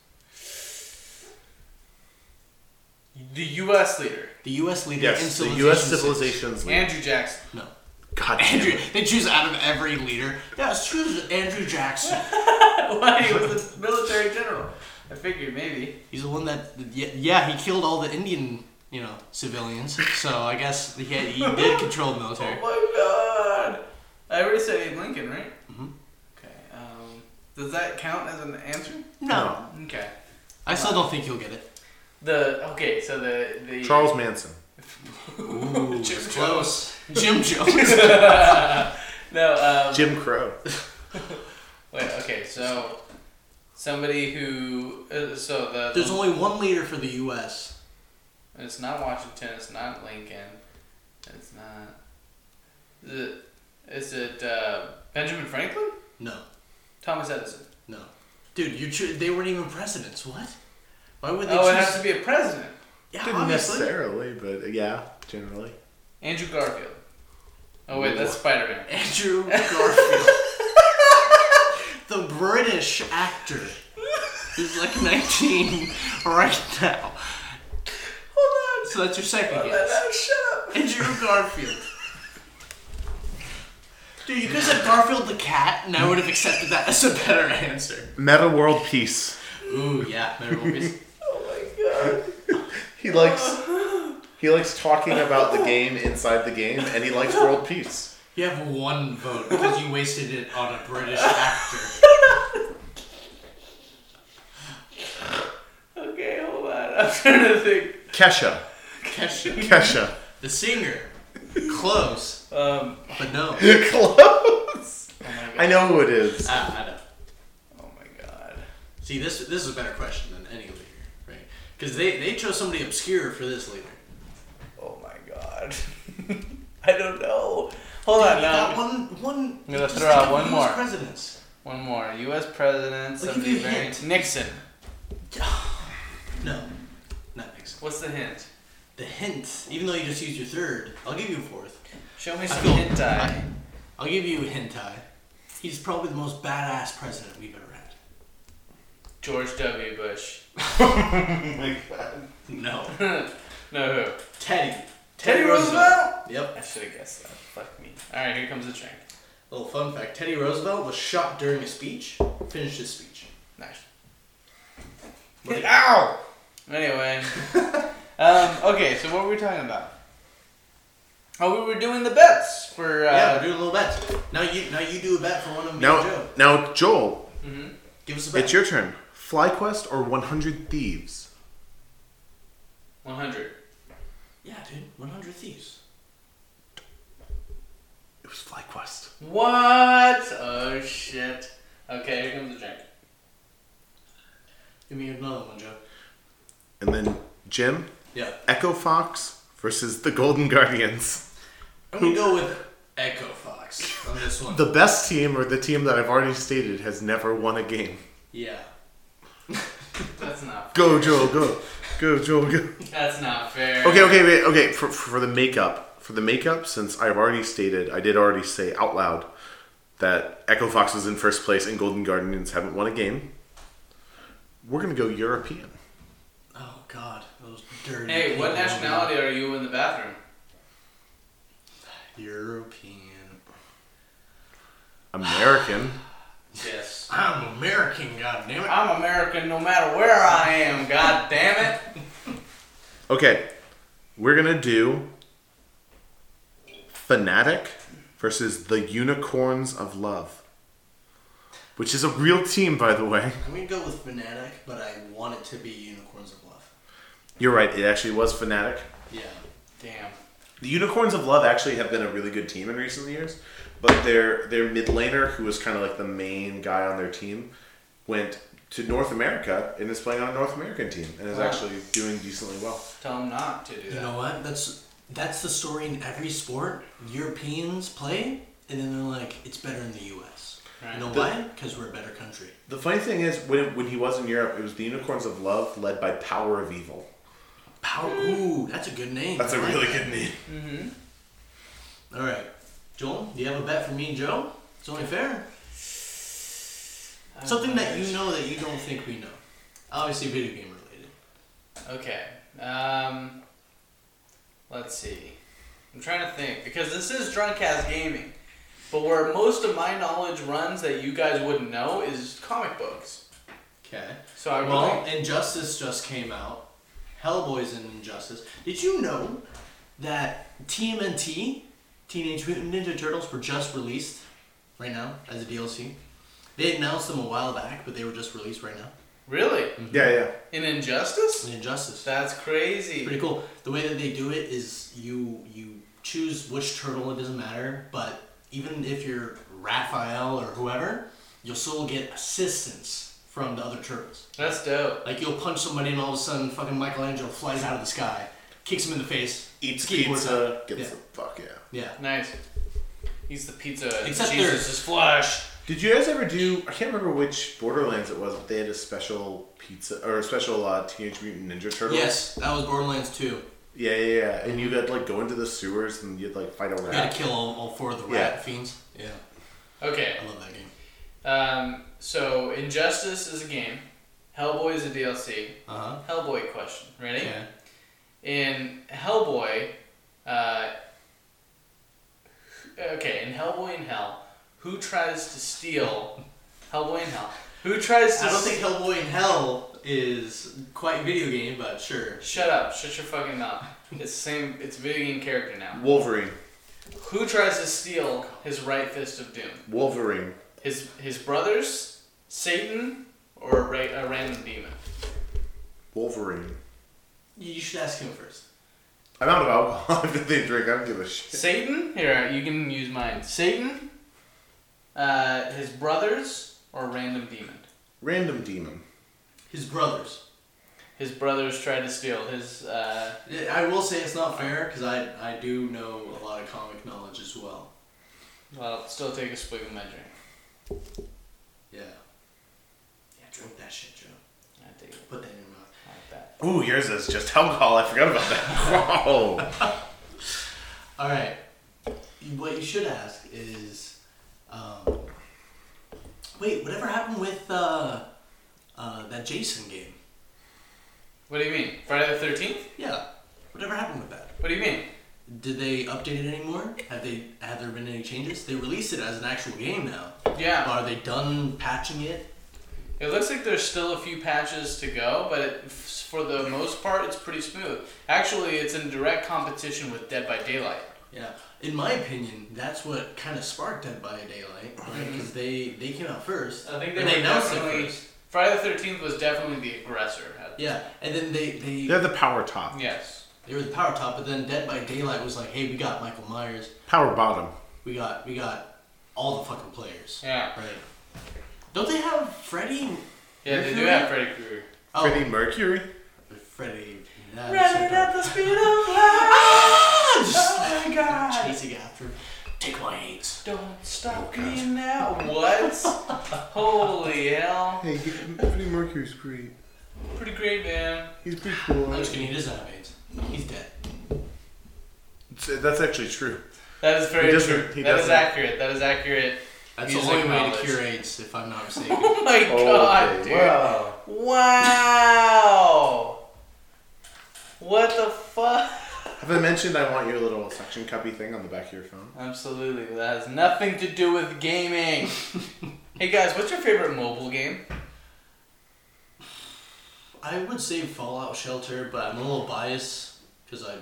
Speaker 3: The U.S. leader.
Speaker 4: The U.S. leader in
Speaker 2: Yes, the
Speaker 4: civilization.
Speaker 2: U.S.
Speaker 4: six.
Speaker 2: civilizations. lead.
Speaker 3: Andrew Jackson.
Speaker 4: No.
Speaker 2: God damn
Speaker 4: Andrew,
Speaker 2: it.
Speaker 4: they choose out of every leader. Yes, choose Andrew Jackson.
Speaker 3: Why? He was a military general. I figured maybe.
Speaker 4: He's the one that, yeah, yeah, he killed all the Indian, you know, civilians. So I guess he, had, he did control the military.
Speaker 3: Oh my god. I already said Abe Lincoln, right? Mm-hmm. Okay. Um, does that count as an answer?
Speaker 4: No.
Speaker 3: Okay.
Speaker 4: I still don't think you'll get it.
Speaker 3: The okay, so the the
Speaker 2: Charles Manson.
Speaker 4: Ooh,
Speaker 3: Jim
Speaker 4: Jim Jones.
Speaker 3: no. Um,
Speaker 2: Jim Crow.
Speaker 3: wait. Okay. So somebody who uh, so the
Speaker 4: There's only one leader for the U.S.
Speaker 3: It's not Washington. It's not Lincoln. It's not. Is it, is it uh, Benjamin Franklin?
Speaker 4: No,
Speaker 3: Thomas Edison.
Speaker 4: no, dude, you cho- they weren't even presidents. What? Why would they
Speaker 3: oh, it
Speaker 4: choose?
Speaker 3: has to be a president.
Speaker 4: yeah,
Speaker 2: Didn't
Speaker 4: obviously.
Speaker 2: necessarily, but uh, yeah, generally.
Speaker 3: Andrew Garfield. Oh wait, that's Spider Man.
Speaker 4: Andrew Garfield, the British actor, is like 19 right now.
Speaker 3: Hold
Speaker 4: So that's your second
Speaker 3: on.
Speaker 4: guess.
Speaker 3: shut up.
Speaker 4: Andrew Garfield. Dude, you could have said Garfield the cat, and I would have accepted that as a better answer.
Speaker 2: Meta world peace.
Speaker 4: Ooh, yeah, Mary Wolfie's-
Speaker 3: Oh my god.
Speaker 2: He likes he likes talking about the game inside the game, and he likes world peace.
Speaker 4: You have one vote because you wasted it on a British actor.
Speaker 3: Okay, hold on. I'm trying to think.
Speaker 2: Kesha.
Speaker 4: Kesha.
Speaker 2: Kesha.
Speaker 4: The singer. Close,
Speaker 3: Um.
Speaker 4: but no.
Speaker 2: Close.
Speaker 3: Oh my god.
Speaker 2: I know who it is.
Speaker 4: Ah, I, I know.
Speaker 3: Oh my god.
Speaker 4: See, this this is a better question than any leader, right? Because they, they chose somebody obscure for this leader.
Speaker 3: Oh my god. I don't know. Hold on.
Speaker 4: You
Speaker 3: Now.
Speaker 4: got one, one.
Speaker 3: Um, I'm gonna
Speaker 4: just
Speaker 3: throw out
Speaker 4: think of
Speaker 3: one
Speaker 4: US
Speaker 3: more.
Speaker 4: Presidents.
Speaker 3: One more. U.S. president.
Speaker 4: We'll give
Speaker 3: Somebody
Speaker 4: you a
Speaker 3: very
Speaker 4: hint.
Speaker 3: Nixon.
Speaker 4: No, not Nixon.
Speaker 3: What's the hint?
Speaker 4: The hint, even though you just used your third, I'll give you a fourth.
Speaker 3: Show me
Speaker 4: I
Speaker 3: some
Speaker 4: feel-
Speaker 3: hentai.
Speaker 4: I- I'll give you a hentai. He's probably the most badass president we've ever had.
Speaker 3: George W. Bush.
Speaker 2: Oh my god.
Speaker 4: No.
Speaker 3: no who?
Speaker 4: Teddy.
Speaker 3: Teddy Roosevelt?
Speaker 4: Yep.
Speaker 3: I should have guessed that. Fuck me. All right, here comes the train.
Speaker 4: Little fun fact: Teddy Roosevelt was shot during a speech. Finished his speech.
Speaker 3: Nice.
Speaker 4: What-
Speaker 2: Ow!
Speaker 3: Anyway, um, okay. So what were we talking about? Oh, we were doing the bets for. Uh,
Speaker 4: yeah, we're doing little bets. Now you, now you do a bet for one of them. and
Speaker 2: Now,
Speaker 4: Joe.
Speaker 2: now, Joel,
Speaker 4: Give us a bet.
Speaker 2: it's your turn. FlyQuest or 100 Thieves?
Speaker 3: 100.
Speaker 4: yeah, dude. One hundred thieves.
Speaker 2: It was FlyQuest.
Speaker 3: What? Oh shit. Okay, here comes the drink.
Speaker 4: Give me another one, Joe.
Speaker 2: And then Jim,
Speaker 4: Yeah.
Speaker 2: Echo Fox versus the Golden Guardians.
Speaker 4: I'm gonna go with Echo Fox on this one.
Speaker 2: The best team, or the team that I've already stated, has never won a game.
Speaker 4: yeah.
Speaker 3: That's not.
Speaker 2: Go, Joel, go. Go, Joel, go.
Speaker 3: That's not fair.
Speaker 2: Okay, okay, wait, okay. For, for the makeup, for the makeup, since I've already stated, I did already say out loud that Echo Fox was in first place and Golden Guardians haven't won a game. We're gonna go European.
Speaker 4: Oh God, those dirty.
Speaker 3: Hey, what
Speaker 4: people.
Speaker 3: nationality are you in the bathroom?
Speaker 4: European.
Speaker 2: American.
Speaker 3: Yes.
Speaker 4: I'm American. God damn it.
Speaker 3: I'm American no matter where I am. God damn it.
Speaker 2: Okay, we're gonna do Fanatic versus the Unicorns of Love, which is a real team, by the way.
Speaker 4: I'm gonna go with Fnatic, but I want it to be Unicorns of Love.
Speaker 2: You're right; it actually was Fanatic.
Speaker 4: Yeah.
Speaker 3: Damn.
Speaker 2: The Unicorns of Love actually have been a really good team in recent years, but their their mid laner, who was kind of like the main guy on their team, went to North America and is playing on a North American team and is
Speaker 3: Wow.
Speaker 2: actually doing decently well.
Speaker 3: Tell him not to do
Speaker 4: You
Speaker 3: that.
Speaker 4: know what? That's that's the story in every sport. Europeans play, and then they're like, it's better in the U.S.
Speaker 3: Right.
Speaker 4: You know
Speaker 2: The-
Speaker 4: why? Because we're a better country.
Speaker 2: The funny thing is, when when he was in Europe, it was the Unicorns of Love led by Power of Evil.
Speaker 4: Power. Ooh, that's a good name.
Speaker 2: That's
Speaker 4: I
Speaker 2: a
Speaker 4: like
Speaker 2: really
Speaker 4: that.
Speaker 2: good name.
Speaker 4: All right, Joel, do you have a bet for me and Joe? It's only fair. Something that you know that you don't think we know. Obviously, video game related.
Speaker 3: Okay. Um, let's see. I'm trying to think because this is Drunkass Gaming, but where most of my knowledge runs that you guys wouldn't know is comic books.
Speaker 4: Okay.
Speaker 3: So I
Speaker 4: Well,
Speaker 3: really,
Speaker 4: Injustice just came out. Hellboy's in Injustice. Did you know that TMNT Teenage Mutant Ninja Turtles were just released right now as a DLC. They announced them a while back, but they were just released right now.
Speaker 3: Really?
Speaker 4: Hmm.
Speaker 2: Yeah, yeah.
Speaker 3: In Injustice?
Speaker 4: And Injustice.
Speaker 3: That's crazy.
Speaker 4: pretty cool. The way that they do it is you you choose which turtle. It doesn't matter, but even if you're Raphael or whoever, you'll still get assistance from the other turtles.
Speaker 3: That's dope.
Speaker 4: Like you'll punch somebody, and all of a sudden, fucking Michelangelo flies out of the sky, kicks him in the face,
Speaker 2: Eats
Speaker 4: skateboards
Speaker 2: pizza.
Speaker 4: up.
Speaker 2: Gets
Speaker 4: Yeah.
Speaker 2: the fuck out.
Speaker 4: yeah.
Speaker 3: Nice. He's the pizza.
Speaker 4: Except
Speaker 3: Jesus
Speaker 4: there's-
Speaker 3: is flesh.
Speaker 2: Did you guys ever do? I can't remember which Borderlands it was, but they had a special pizza or a special uh, Teenage Mutant Ninja Turtles.
Speaker 4: Yes, that was Borderlands 2.
Speaker 2: Yeah, yeah, yeah. And you had like go into the sewers and you'd like fight a
Speaker 4: You gotta
Speaker 2: rat.
Speaker 4: kill all, all four of the
Speaker 2: Yeah.
Speaker 4: rat fiends. Yeah,
Speaker 3: Okay.
Speaker 4: I love that game.
Speaker 3: Um, so Injustice is a game. Hellboy is a DLC.
Speaker 4: Uh huh.
Speaker 3: Hellboy question. Ready?
Speaker 4: Yeah.
Speaker 3: In Hellboy, uh, okay, in Hellboy in Hell, who tries to steal Hellboy in Hell? Who tries to?
Speaker 4: I don't
Speaker 3: s-
Speaker 4: think Hellboy in Hell is quite a video game, but sure.
Speaker 3: Shut up! Shut your fucking mouth. It's the same. It's a video game character now.
Speaker 2: Wolverine.
Speaker 3: Who tries to steal his right fist of doom?
Speaker 2: Wolverine.
Speaker 3: His his brothers, Satan, or a, ra- a random demon?
Speaker 2: Wolverine.
Speaker 4: You should ask him first.
Speaker 2: I'm out of alcohol after they drink. I don't give a shit.
Speaker 3: Satan. Here, you can use mine. Satan, uh, his brothers, or a random demon.
Speaker 2: Random demon.
Speaker 4: His brothers.
Speaker 3: His brothers tried to steal his. Uh,
Speaker 4: Yeah, I will say it's not fair because I, I do know a lot of comic knowledge as well.
Speaker 3: well, still take a swig of my drink.
Speaker 4: Yeah. Yeah, drink that shit, Joe.
Speaker 3: I take it
Speaker 4: Put that in your mouth.
Speaker 3: like that.
Speaker 2: Ooh, yours is just alcohol. I forgot about that. Wow.
Speaker 4: All right. You- What you should ask is, um, wait, whatever happened with uh, uh, that Jason game?
Speaker 3: What do you mean? Friday the Thirteenth?
Speaker 4: Yeah. Whatever happened with that?
Speaker 3: What do you mean?
Speaker 4: Did they update it anymore? Have they? Have there been any changes? They released it as an actual game now.
Speaker 3: Yeah,
Speaker 4: Are they done patching it?
Speaker 3: it looks like there's still a few patches to go, but it, f- for the most part, it's pretty smooth. Actually, it's in direct competition with Dead by Daylight.
Speaker 4: Yeah, in my opinion, that's what kind of sparked Dead by Daylight because they they came out first. and announced it first.
Speaker 3: Friday the Thirteenth was definitely the aggressor. at-
Speaker 4: Yeah, and then they they
Speaker 2: They're the power top.
Speaker 3: Yes.
Speaker 4: they were the power top, but then Dead by Daylight was like, hey, we got Michael Myers,
Speaker 2: Power bottom.
Speaker 4: we got we got all the fucking players.
Speaker 3: Yeah.
Speaker 4: Right. Don't they have Freddy?
Speaker 3: Yeah, they do
Speaker 4: Mercury?
Speaker 3: have Freddy Krueger.
Speaker 4: Oh,
Speaker 2: Freddie Mercury.
Speaker 4: Freddy. Yeah, that's so bad.
Speaker 3: the speed of light.
Speaker 4: Ah, Just
Speaker 3: Oh my God.
Speaker 4: chasing after. him. Take my eight.
Speaker 3: Don't stop me now. What? Holy hell.
Speaker 2: Hey, Freddie Mercury's pretty.
Speaker 3: Pretty great, man.
Speaker 2: He's pretty cool.
Speaker 4: I'm just kidding. He doesn't have AIDS. He's dead.
Speaker 2: uh, That's actually true.
Speaker 3: That is
Speaker 2: He
Speaker 3: very
Speaker 2: doesn't-
Speaker 3: true.
Speaker 2: he
Speaker 3: That is
Speaker 2: doesn't.
Speaker 3: accurate. That is accurate.
Speaker 4: That's
Speaker 3: Music
Speaker 4: the only way to
Speaker 3: knowledge.
Speaker 4: cure AIDS, if I'm not mistaken.
Speaker 3: Oh my god, dude.
Speaker 2: Wow.
Speaker 3: Wow. What the fuck?
Speaker 2: Have I mentioned I want your little suction cuppy thing on the back of your phone?
Speaker 3: Absolutely. That has nothing to do with gaming. hey guys, what's your favorite mobile game?
Speaker 4: I would say Fallout Shelter, but I'm a little biased because I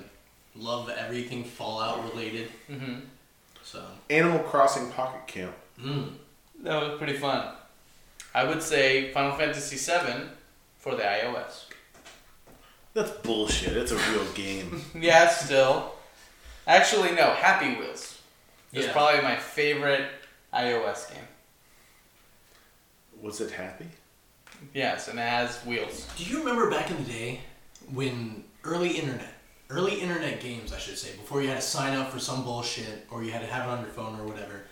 Speaker 4: love everything Fallout related.
Speaker 3: Mm-hmm.
Speaker 4: So,
Speaker 2: Animal Crossing Pocket Camp.
Speaker 4: mm,
Speaker 3: That was pretty fun. I would say Final Fantasy VII for the iOS.
Speaker 2: That's bullshit. It's a real game.
Speaker 3: Yeah, still. Actually, no. Happy Wheels is
Speaker 4: Yeah.
Speaker 3: probably my favorite iOS game.
Speaker 2: Was it happy?
Speaker 3: Yes, and it has wheels.
Speaker 4: do you remember back in the day when early internet, early internet games, I should say, before you had to sign up for some bullshit or you had to have it on your phone or whatever?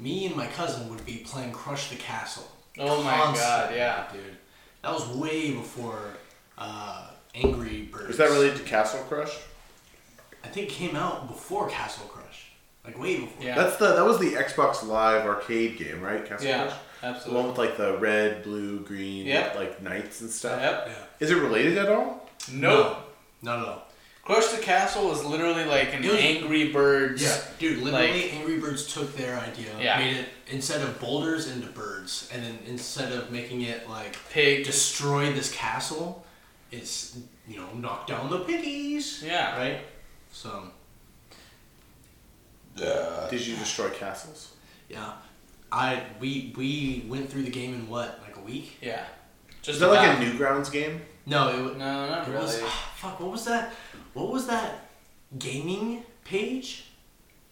Speaker 4: Me and my cousin would be playing Crush the Castle.
Speaker 3: Oh my god, yeah.
Speaker 4: dude, that was way before uh, Angry Birds.
Speaker 2: Was that related to Castle Crush?
Speaker 4: I think it came out before Castle Crush, like way before.
Speaker 3: Yeah.
Speaker 2: That's the that was the Xbox Live arcade game, right? Castle
Speaker 3: Yeah,
Speaker 2: Crush. The one
Speaker 3: absolutely.
Speaker 2: with like the red, blue, green,
Speaker 3: Yep.
Speaker 2: like knights and stuff.
Speaker 3: Yep.
Speaker 4: yeah.
Speaker 2: Is it related at all?
Speaker 3: Nope.
Speaker 4: No, not at all.
Speaker 3: Crush the Castle was literally like an
Speaker 4: It was-
Speaker 3: Angry Birds.
Speaker 4: Yeah, dude. Literally,
Speaker 3: Like-
Speaker 4: Angry Birds took their idea,
Speaker 3: Yeah.
Speaker 4: made it instead of boulders into birds, and then instead of making it like
Speaker 3: Pig.
Speaker 4: destroy this castle, it's you know knock down the piggies.
Speaker 3: Yeah.
Speaker 4: Right. So
Speaker 2: Did you destroy castles?
Speaker 4: Yeah, I we we went through the game in what like a week?
Speaker 3: Yeah. Just
Speaker 2: Is that like
Speaker 3: about-
Speaker 2: a Newgrounds game?
Speaker 4: No, it, wa-
Speaker 3: No, not
Speaker 4: it was ah,
Speaker 3: really.
Speaker 4: fuck. What was that? What was that gaming page?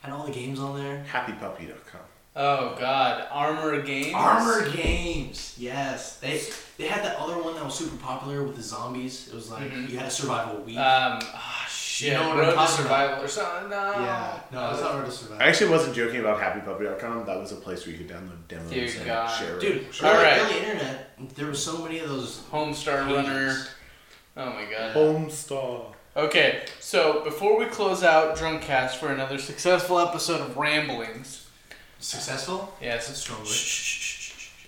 Speaker 4: Had all the games on there.
Speaker 2: HappyPuppy.com.
Speaker 3: Oh God, Armor Games.
Speaker 4: Armor Games. Yes, they they had that other one that was super popular with the zombies. It was like
Speaker 3: Mm-hmm.
Speaker 4: you had to survive a week.
Speaker 3: Um. ah shit.
Speaker 4: You know what I'm
Speaker 3: Road to
Speaker 4: talking about.
Speaker 3: Survival or something. No. Uh,
Speaker 4: yeah, no, it's not hard to survive.
Speaker 2: I actually wasn't joking about HappyPuppy.com. That was a place where you could download demos
Speaker 3: Dear
Speaker 2: and
Speaker 3: God.
Speaker 2: share.
Speaker 4: Dude,
Speaker 2: share
Speaker 3: All
Speaker 4: early,
Speaker 3: right.
Speaker 4: early internet, there was so many of those.
Speaker 3: Homestar
Speaker 4: pages.
Speaker 3: Runner. Oh my God.
Speaker 2: Homestar.
Speaker 3: Okay, so before we close out Drunkcast for another successful episode of Ramblings.
Speaker 4: Successful?
Speaker 3: Yes,
Speaker 4: That's
Speaker 3: it's
Speaker 4: strong word.
Speaker 3: Shh, shh, shh, shh, shh.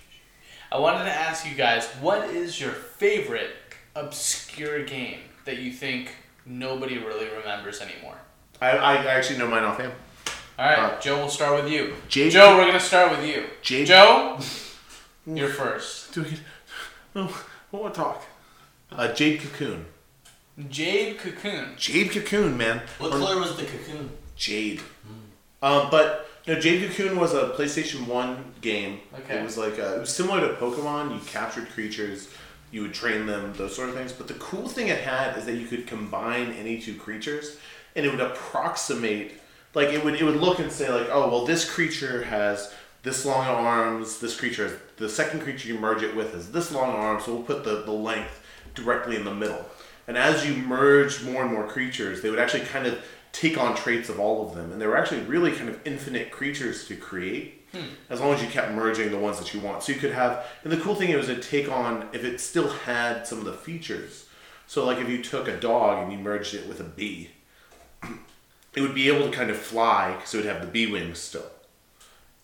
Speaker 3: I wanted to ask you guys, what is your favorite obscure game that you think nobody really remembers anymore?
Speaker 2: I, I actually know mine offhand.
Speaker 3: All right,
Speaker 2: Uh,
Speaker 3: Joe, we'll start with you.
Speaker 2: J-
Speaker 3: Joe, we're gonna start with you.
Speaker 2: J-
Speaker 3: Joe, you're first.
Speaker 2: Do it. Oh, I want to talk. Uh, Jade Cocoon.
Speaker 3: Jade Cocoon.
Speaker 2: Jade Cocoon, man.
Speaker 4: What
Speaker 2: Or-
Speaker 4: color was the cocoon?
Speaker 2: Jade. Um, but no, Jade Cocoon was a PlayStation One game.
Speaker 3: Okay.
Speaker 2: It was like uh it was similar to Pokemon. You captured creatures, you would train them, those sort of things. But the cool thing it had is that you could combine any two creatures, and it would approximate. Like it would, it would look and say like, oh well, this creature has this long arms. This creature, has, the second creature you merge it with, has this long arms. So we'll put the the length directly in the middle. And as you merged more and more creatures, they would actually kind of take on traits of all of them. And there were actually really kind of infinite creatures to create as long as you kept merging the ones that you want. So you could have, and the cool thing was to take on if it still had some of the features. So, like if you took a dog and you merged it with a bee, it would be able to kind of fly because it would have the bee wings still.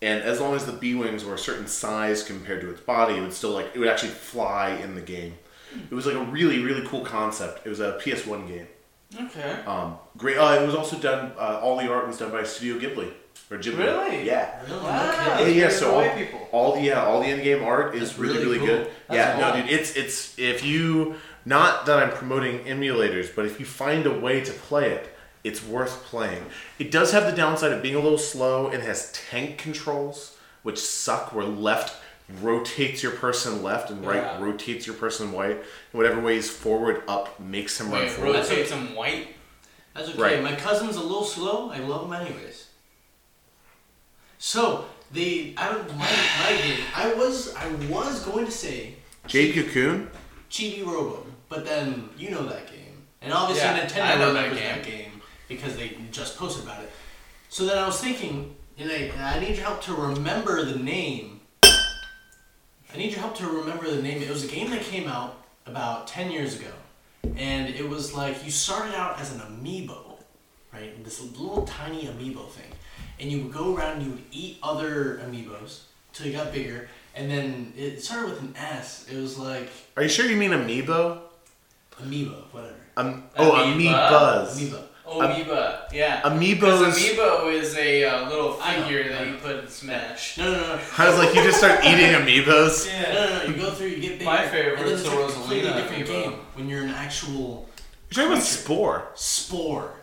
Speaker 2: And as long as the bee wings were a certain size compared to its body, it would still like it would actually fly in the game. It was like a really really cool concept. It was a PS1 game.
Speaker 3: Okay.
Speaker 2: Um, great. Uh, it was also done. Uh, all the art was done by Studio Ghibli or Ghibli.
Speaker 3: Really?
Speaker 2: Yeah.
Speaker 4: Really?
Speaker 3: Wow.
Speaker 2: Yeah,
Speaker 3: That's
Speaker 2: yeah,
Speaker 3: great
Speaker 2: so
Speaker 3: for
Speaker 2: all,
Speaker 3: white people.
Speaker 2: all the yeah, all the in-game art is
Speaker 4: That's
Speaker 2: really
Speaker 4: really
Speaker 2: really,
Speaker 4: cool.
Speaker 2: good.
Speaker 3: That's
Speaker 2: yeah,
Speaker 3: cool.
Speaker 2: no, dude, it's it's if you not that I'm promoting emulators, but if you find a way to play it, it's worth playing. It does have the downside of being a little slow and has tank controls, which suck. Where left rotates your person left and right
Speaker 3: Yeah.
Speaker 2: rotates your person right. Whatever ways forward up makes him run
Speaker 3: Wait,
Speaker 2: forward.
Speaker 3: rotate some white.
Speaker 4: That's okay.
Speaker 2: Right.
Speaker 4: My cousin's a little slow. I love him anyways. So the I don't my, my game. I was I was going to say
Speaker 2: Jade Cocoon.
Speaker 4: Chibi Robo, but then you know that game, and obviously
Speaker 3: Yeah, I
Speaker 4: Nintendo
Speaker 3: know that
Speaker 4: remembers that game. because they just posted about it. So then I was thinking, and I, and I need your help to remember the name. I need your help to remember the name. It was a game that came out about ten years ago, and it was like you started out as an amiibo, right? This little tiny amiibo thing, and you would go around and you would eat other amiibos till you got bigger, and then it started with an S. It was like
Speaker 2: Are you sure you mean Amiibo?
Speaker 4: amoeba, whatever.
Speaker 2: Um, oh,
Speaker 3: Amoeba.
Speaker 2: Amoebas.
Speaker 4: Amoeba.
Speaker 3: Amoeba, yeah.
Speaker 2: Amiibos.
Speaker 3: Because Amiibo is a uh, little figure that you put in Smash.
Speaker 4: No, no, no. no.
Speaker 2: I was like, you just start eating amiibos.
Speaker 4: No,
Speaker 3: Yeah.
Speaker 4: no, no. You go through, you get bigger.
Speaker 3: My favorite
Speaker 4: and then
Speaker 3: is
Speaker 4: it's
Speaker 3: the
Speaker 4: like a completely
Speaker 3: Rosalina
Speaker 4: different
Speaker 3: amiibo.
Speaker 4: game when you're an actual
Speaker 2: You're talking about Spore.
Speaker 4: spore.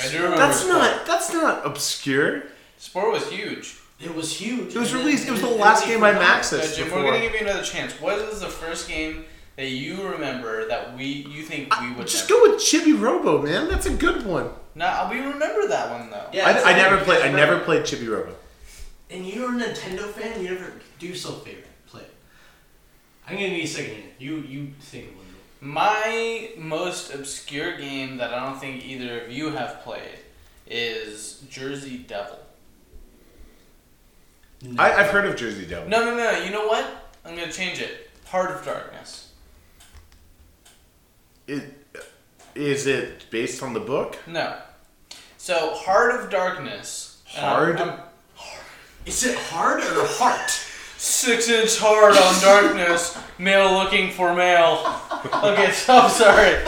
Speaker 3: I do remember
Speaker 2: That's
Speaker 3: Spore.
Speaker 2: not. That's not obscure.
Speaker 3: Spore was huge.
Speaker 4: It was huge.
Speaker 2: It was
Speaker 4: and then-
Speaker 2: released. It was
Speaker 4: and
Speaker 2: the
Speaker 4: then
Speaker 2: last
Speaker 4: they
Speaker 2: game I
Speaker 4: forgot.
Speaker 3: No,
Speaker 2: maxed
Speaker 3: Jim, we're gonna
Speaker 2: before.
Speaker 3: give you another chance. What is the first game that you remember that we you think we would
Speaker 2: Just
Speaker 3: never-
Speaker 2: go with Chibi Robo, man. That's a good one.
Speaker 3: Nah, we remember that one though.
Speaker 4: Yeah,
Speaker 2: I,
Speaker 4: it's
Speaker 2: I
Speaker 4: like-
Speaker 2: never played. I never played Chibi Robo.
Speaker 4: And you're a Nintendo fan. You never do yourself a favor. Play it. I'm gonna need a second here. You you think of one.
Speaker 3: My most obscure game that I don't think either of you have played is Jersey Devil.
Speaker 4: No.
Speaker 2: I, I've heard of Jersey Devil.
Speaker 3: No, no, no. You know what? I'm gonna change it. Heart of Darkness.
Speaker 2: It, is it based on the book?
Speaker 3: No. So Heart of Darkness. and I'm-
Speaker 2: Hard?
Speaker 3: I'm
Speaker 4: Is it hard or heart?
Speaker 3: six inch hard on darkness, male looking for male. Okay, so I'm sorry.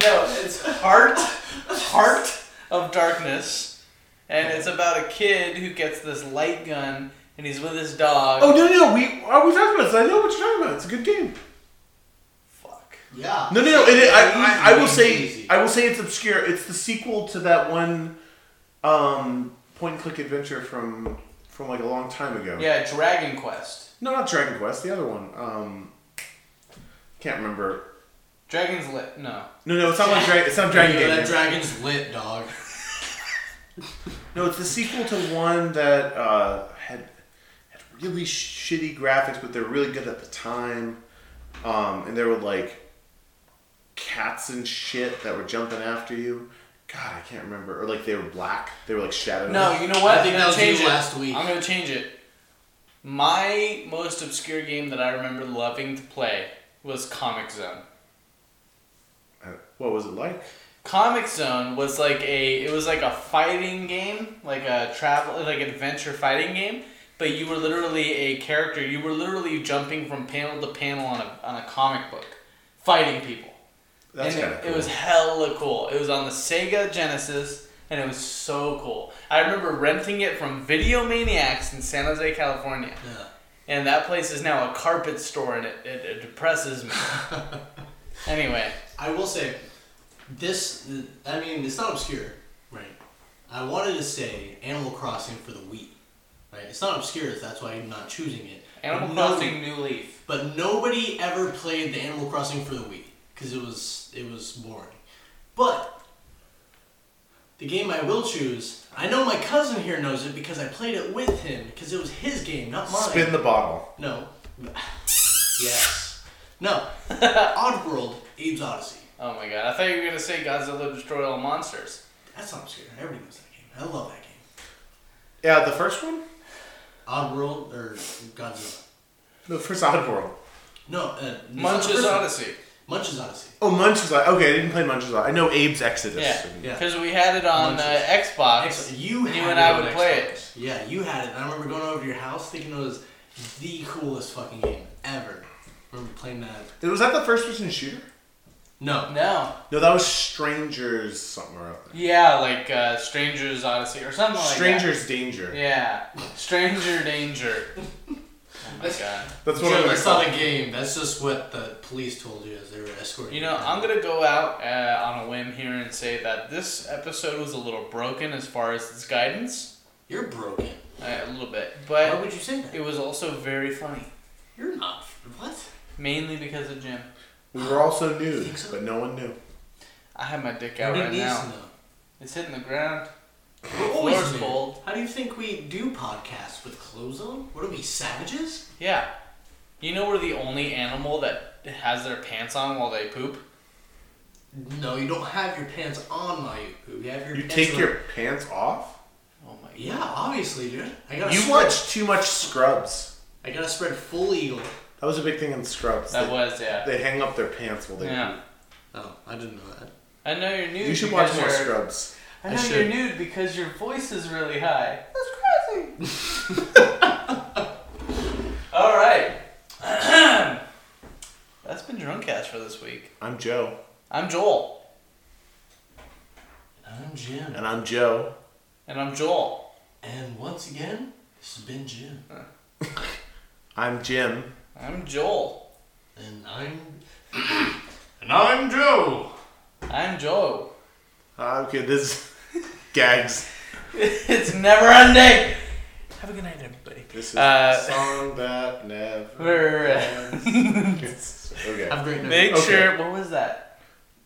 Speaker 3: No, it's Heart, Heart of Darkness, and it's about a kid who gets this light gun, and he's with his dog.
Speaker 2: Oh no no we are we talking about this? I know what you're talking about. It's a good game.
Speaker 3: fuck!
Speaker 4: Yeah.
Speaker 2: No no no. It, I, I, I will
Speaker 4: Easy,
Speaker 2: say
Speaker 4: easy.
Speaker 2: I will say it's obscure. It's the sequel to that one um, point and click adventure from from like a long time ago.
Speaker 3: Yeah, Dragon Quest.
Speaker 2: No, not Dragon Quest. The other one. Um, can't remember.
Speaker 3: Dragon's Lit. No.
Speaker 2: No, no, it's not like Dragon. It's not Dragon
Speaker 4: Yeah,
Speaker 2: Gate.
Speaker 4: that dragon's lit, dog.
Speaker 2: No, it's the sequel to one that uh, had had really shitty graphics, but they're really good at the time. Um, and there were like cats and shit that were jumping after you. God, I can't remember. Or like they were black. They were like shadows.
Speaker 3: No, you know what?
Speaker 4: I think
Speaker 3: I'm
Speaker 4: that
Speaker 3: gonna
Speaker 4: was
Speaker 3: change
Speaker 4: you
Speaker 3: it.
Speaker 4: last week.
Speaker 3: I'm gonna change it. My most obscure game that I remember loving to play was Comic Zone.
Speaker 2: Uh, What was it like?
Speaker 3: Comic Zone was like a it was like a fighting game, like a travel like adventure fighting game, but you were literally a character. You were literally jumping from panel to panel on a on a comic book, fighting people.
Speaker 2: That's
Speaker 3: and
Speaker 2: kind
Speaker 3: it,
Speaker 2: of cool.
Speaker 3: it was hella cool. It was on the Sega Genesis, and it was so cool. I remember renting it from Video Maniacs in San Jose, California,
Speaker 4: Yeah.
Speaker 3: and that place is now a carpet store, and it, it, it depresses me. anyway,
Speaker 4: I will say, this, I mean, it's not obscure, right? I wanted to say Animal Crossing for the Wii, right? It's not obscure, that's why I'm not choosing it.
Speaker 3: Animal
Speaker 4: But no-
Speaker 3: Crossing New Leaf.
Speaker 4: But nobody ever played the Animal Crossing for the Wii because it was it was boring. But the game I will choose, I know my cousin here knows it because I played it with him because it was his game, not mine.
Speaker 2: Spin the bottle.
Speaker 4: no. yes. No. Oddworld, Abe's Odyssey.
Speaker 3: Oh my god, I thought you were gonna say Godzilla Destroy All Monsters.
Speaker 4: That's not obscure. Everybody knows that game. I love that game.
Speaker 2: Yeah, the first one.
Speaker 4: Oddworld or Godzilla.
Speaker 2: The first Oddworld.
Speaker 4: No, uh, it's not the
Speaker 3: Munch's
Speaker 4: first one.
Speaker 3: Odyssey.
Speaker 4: Munch's Odyssey.
Speaker 2: Oh, Munch's Eye. Okay, I didn't play Munch's Eye. I know Abe's Exodus.
Speaker 3: Yeah,
Speaker 4: Yeah.
Speaker 3: because we had it on uh,
Speaker 4: Munch's.
Speaker 3: Xbox.
Speaker 4: Ex- you had
Speaker 3: and
Speaker 4: it
Speaker 3: I
Speaker 4: on
Speaker 3: would play
Speaker 4: Xbox. Yeah, you had it. And I remember going over to your house thinking it was the coolest fucking game ever. remember playing that.
Speaker 2: Was that the first person shooter?
Speaker 4: No.
Speaker 3: No.
Speaker 2: No, that was Strangers something or other.
Speaker 3: Yeah, like uh, Stranger's Odyssey or something like that.
Speaker 2: Strangers Danger.
Speaker 3: Yeah. Stranger danger. Oh my god.
Speaker 2: That's what
Speaker 4: Joe,
Speaker 2: I'm
Speaker 4: that's not a game. That's just what the police told you as they were escorting
Speaker 3: You know, I'm gonna go out uh, on a whim here and say that this episode was a little broken as far as its guidance,
Speaker 4: You're broken.
Speaker 3: uh, a little bit,
Speaker 4: Why
Speaker 3: but
Speaker 4: would you say
Speaker 3: it
Speaker 4: that?
Speaker 3: was also very funny,
Speaker 4: You're not. What?
Speaker 3: mainly because of Jim.
Speaker 2: We were also nude,
Speaker 4: so?
Speaker 2: but no one knew.
Speaker 3: I have my dick out
Speaker 4: Nobody
Speaker 3: right
Speaker 4: needs
Speaker 3: now.
Speaker 4: to know.
Speaker 3: It's hitting the ground.
Speaker 4: We're always
Speaker 3: Floor's
Speaker 4: nude.
Speaker 3: cold.
Speaker 4: How do you think we do podcasts with clothes on? What are we, savages?
Speaker 3: Yeah. You know we're the only animal that has their pants on while they poop.
Speaker 4: No, you don't have your pants on, my You have your
Speaker 2: You
Speaker 4: pants
Speaker 2: take
Speaker 4: on-
Speaker 2: your pants off?
Speaker 3: Oh my god.
Speaker 4: Yeah, obviously, dude. I gotta
Speaker 2: You
Speaker 4: spread-
Speaker 2: watch too much Scrubs.
Speaker 4: I gotta spread full eagle.
Speaker 2: That was a big thing in Scrubs.
Speaker 3: That
Speaker 2: they,
Speaker 3: was yeah.
Speaker 2: they hang up their pants while they
Speaker 3: Yeah.
Speaker 4: Oh, I didn't know that.
Speaker 3: I know you're nude.
Speaker 2: You should watch
Speaker 3: because
Speaker 2: more
Speaker 3: you're-
Speaker 2: Scrubs.
Speaker 3: I
Speaker 4: I
Speaker 3: know you're
Speaker 4: should.
Speaker 3: nude because your voice is really high. That's crazy. All right. That's been Drunkcast for this week.
Speaker 2: I'm Joe.
Speaker 3: I'm Joel,
Speaker 4: I'm Jim.
Speaker 2: And I'm Joe.
Speaker 3: and I'm Joel.
Speaker 4: And once again, this has been Jim.
Speaker 2: I'm Jim.
Speaker 3: I'm Joel.
Speaker 4: And I'm. and I'm Joe!
Speaker 3: I'm Joe.
Speaker 2: Uh, okay, this gags.
Speaker 3: it's never ending. Have a good night, everybody.
Speaker 2: This is
Speaker 3: Uh,
Speaker 2: the song that never.
Speaker 3: We're
Speaker 2: okay.
Speaker 4: Have a great night.
Speaker 3: make
Speaker 2: Okay.
Speaker 3: sure. What was that?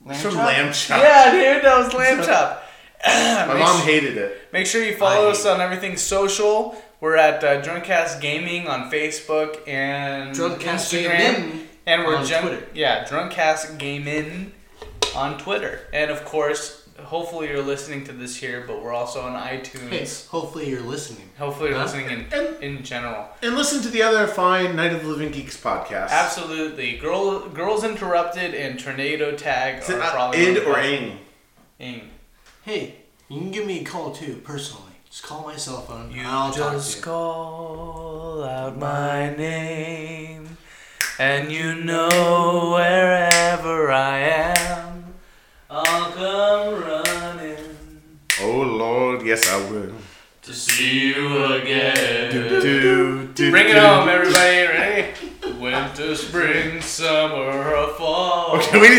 Speaker 3: Lamb
Speaker 2: from Lamb Chop.
Speaker 3: Yeah, dude, that was lamb chop.
Speaker 2: My mom hated it.
Speaker 3: Make sure you follow
Speaker 4: I-
Speaker 3: us on everything social. We're at uh, Drunkcast Gaming on Facebook and
Speaker 4: Drunkcast
Speaker 3: Instagram,
Speaker 4: Gaming
Speaker 3: and we're
Speaker 4: on
Speaker 3: junk-
Speaker 4: Twitter.
Speaker 3: Yeah, Drunkcast Gaming on Twitter, and of course, hopefully you're listening to this here, but we're also on iTunes.
Speaker 4: Hey, hopefully you're listening.
Speaker 3: Hopefully you're
Speaker 4: Huh?
Speaker 3: listening
Speaker 2: And-
Speaker 3: in in general.
Speaker 2: And listen to the other fine Night of the Living Geeks podcast.
Speaker 3: Absolutely, girl, girls interrupted and tornado tag
Speaker 2: Is it
Speaker 3: are
Speaker 2: not
Speaker 3: probably
Speaker 2: id
Speaker 3: on
Speaker 2: or
Speaker 3: the-
Speaker 2: ing?
Speaker 3: Ing.
Speaker 4: Hey, you can give me a call too, personally. Just call my cell phone.
Speaker 3: You
Speaker 4: I'll
Speaker 3: just
Speaker 4: talk
Speaker 3: call out my name, and you know wherever I am, I'll come running
Speaker 2: Oh Lord, yes I will.
Speaker 3: to see you again.
Speaker 2: Do, do,
Speaker 3: Bring it
Speaker 2: do.
Speaker 3: home, everybody! Ready? Winter, spring, summer, or fall.
Speaker 2: Okay, we need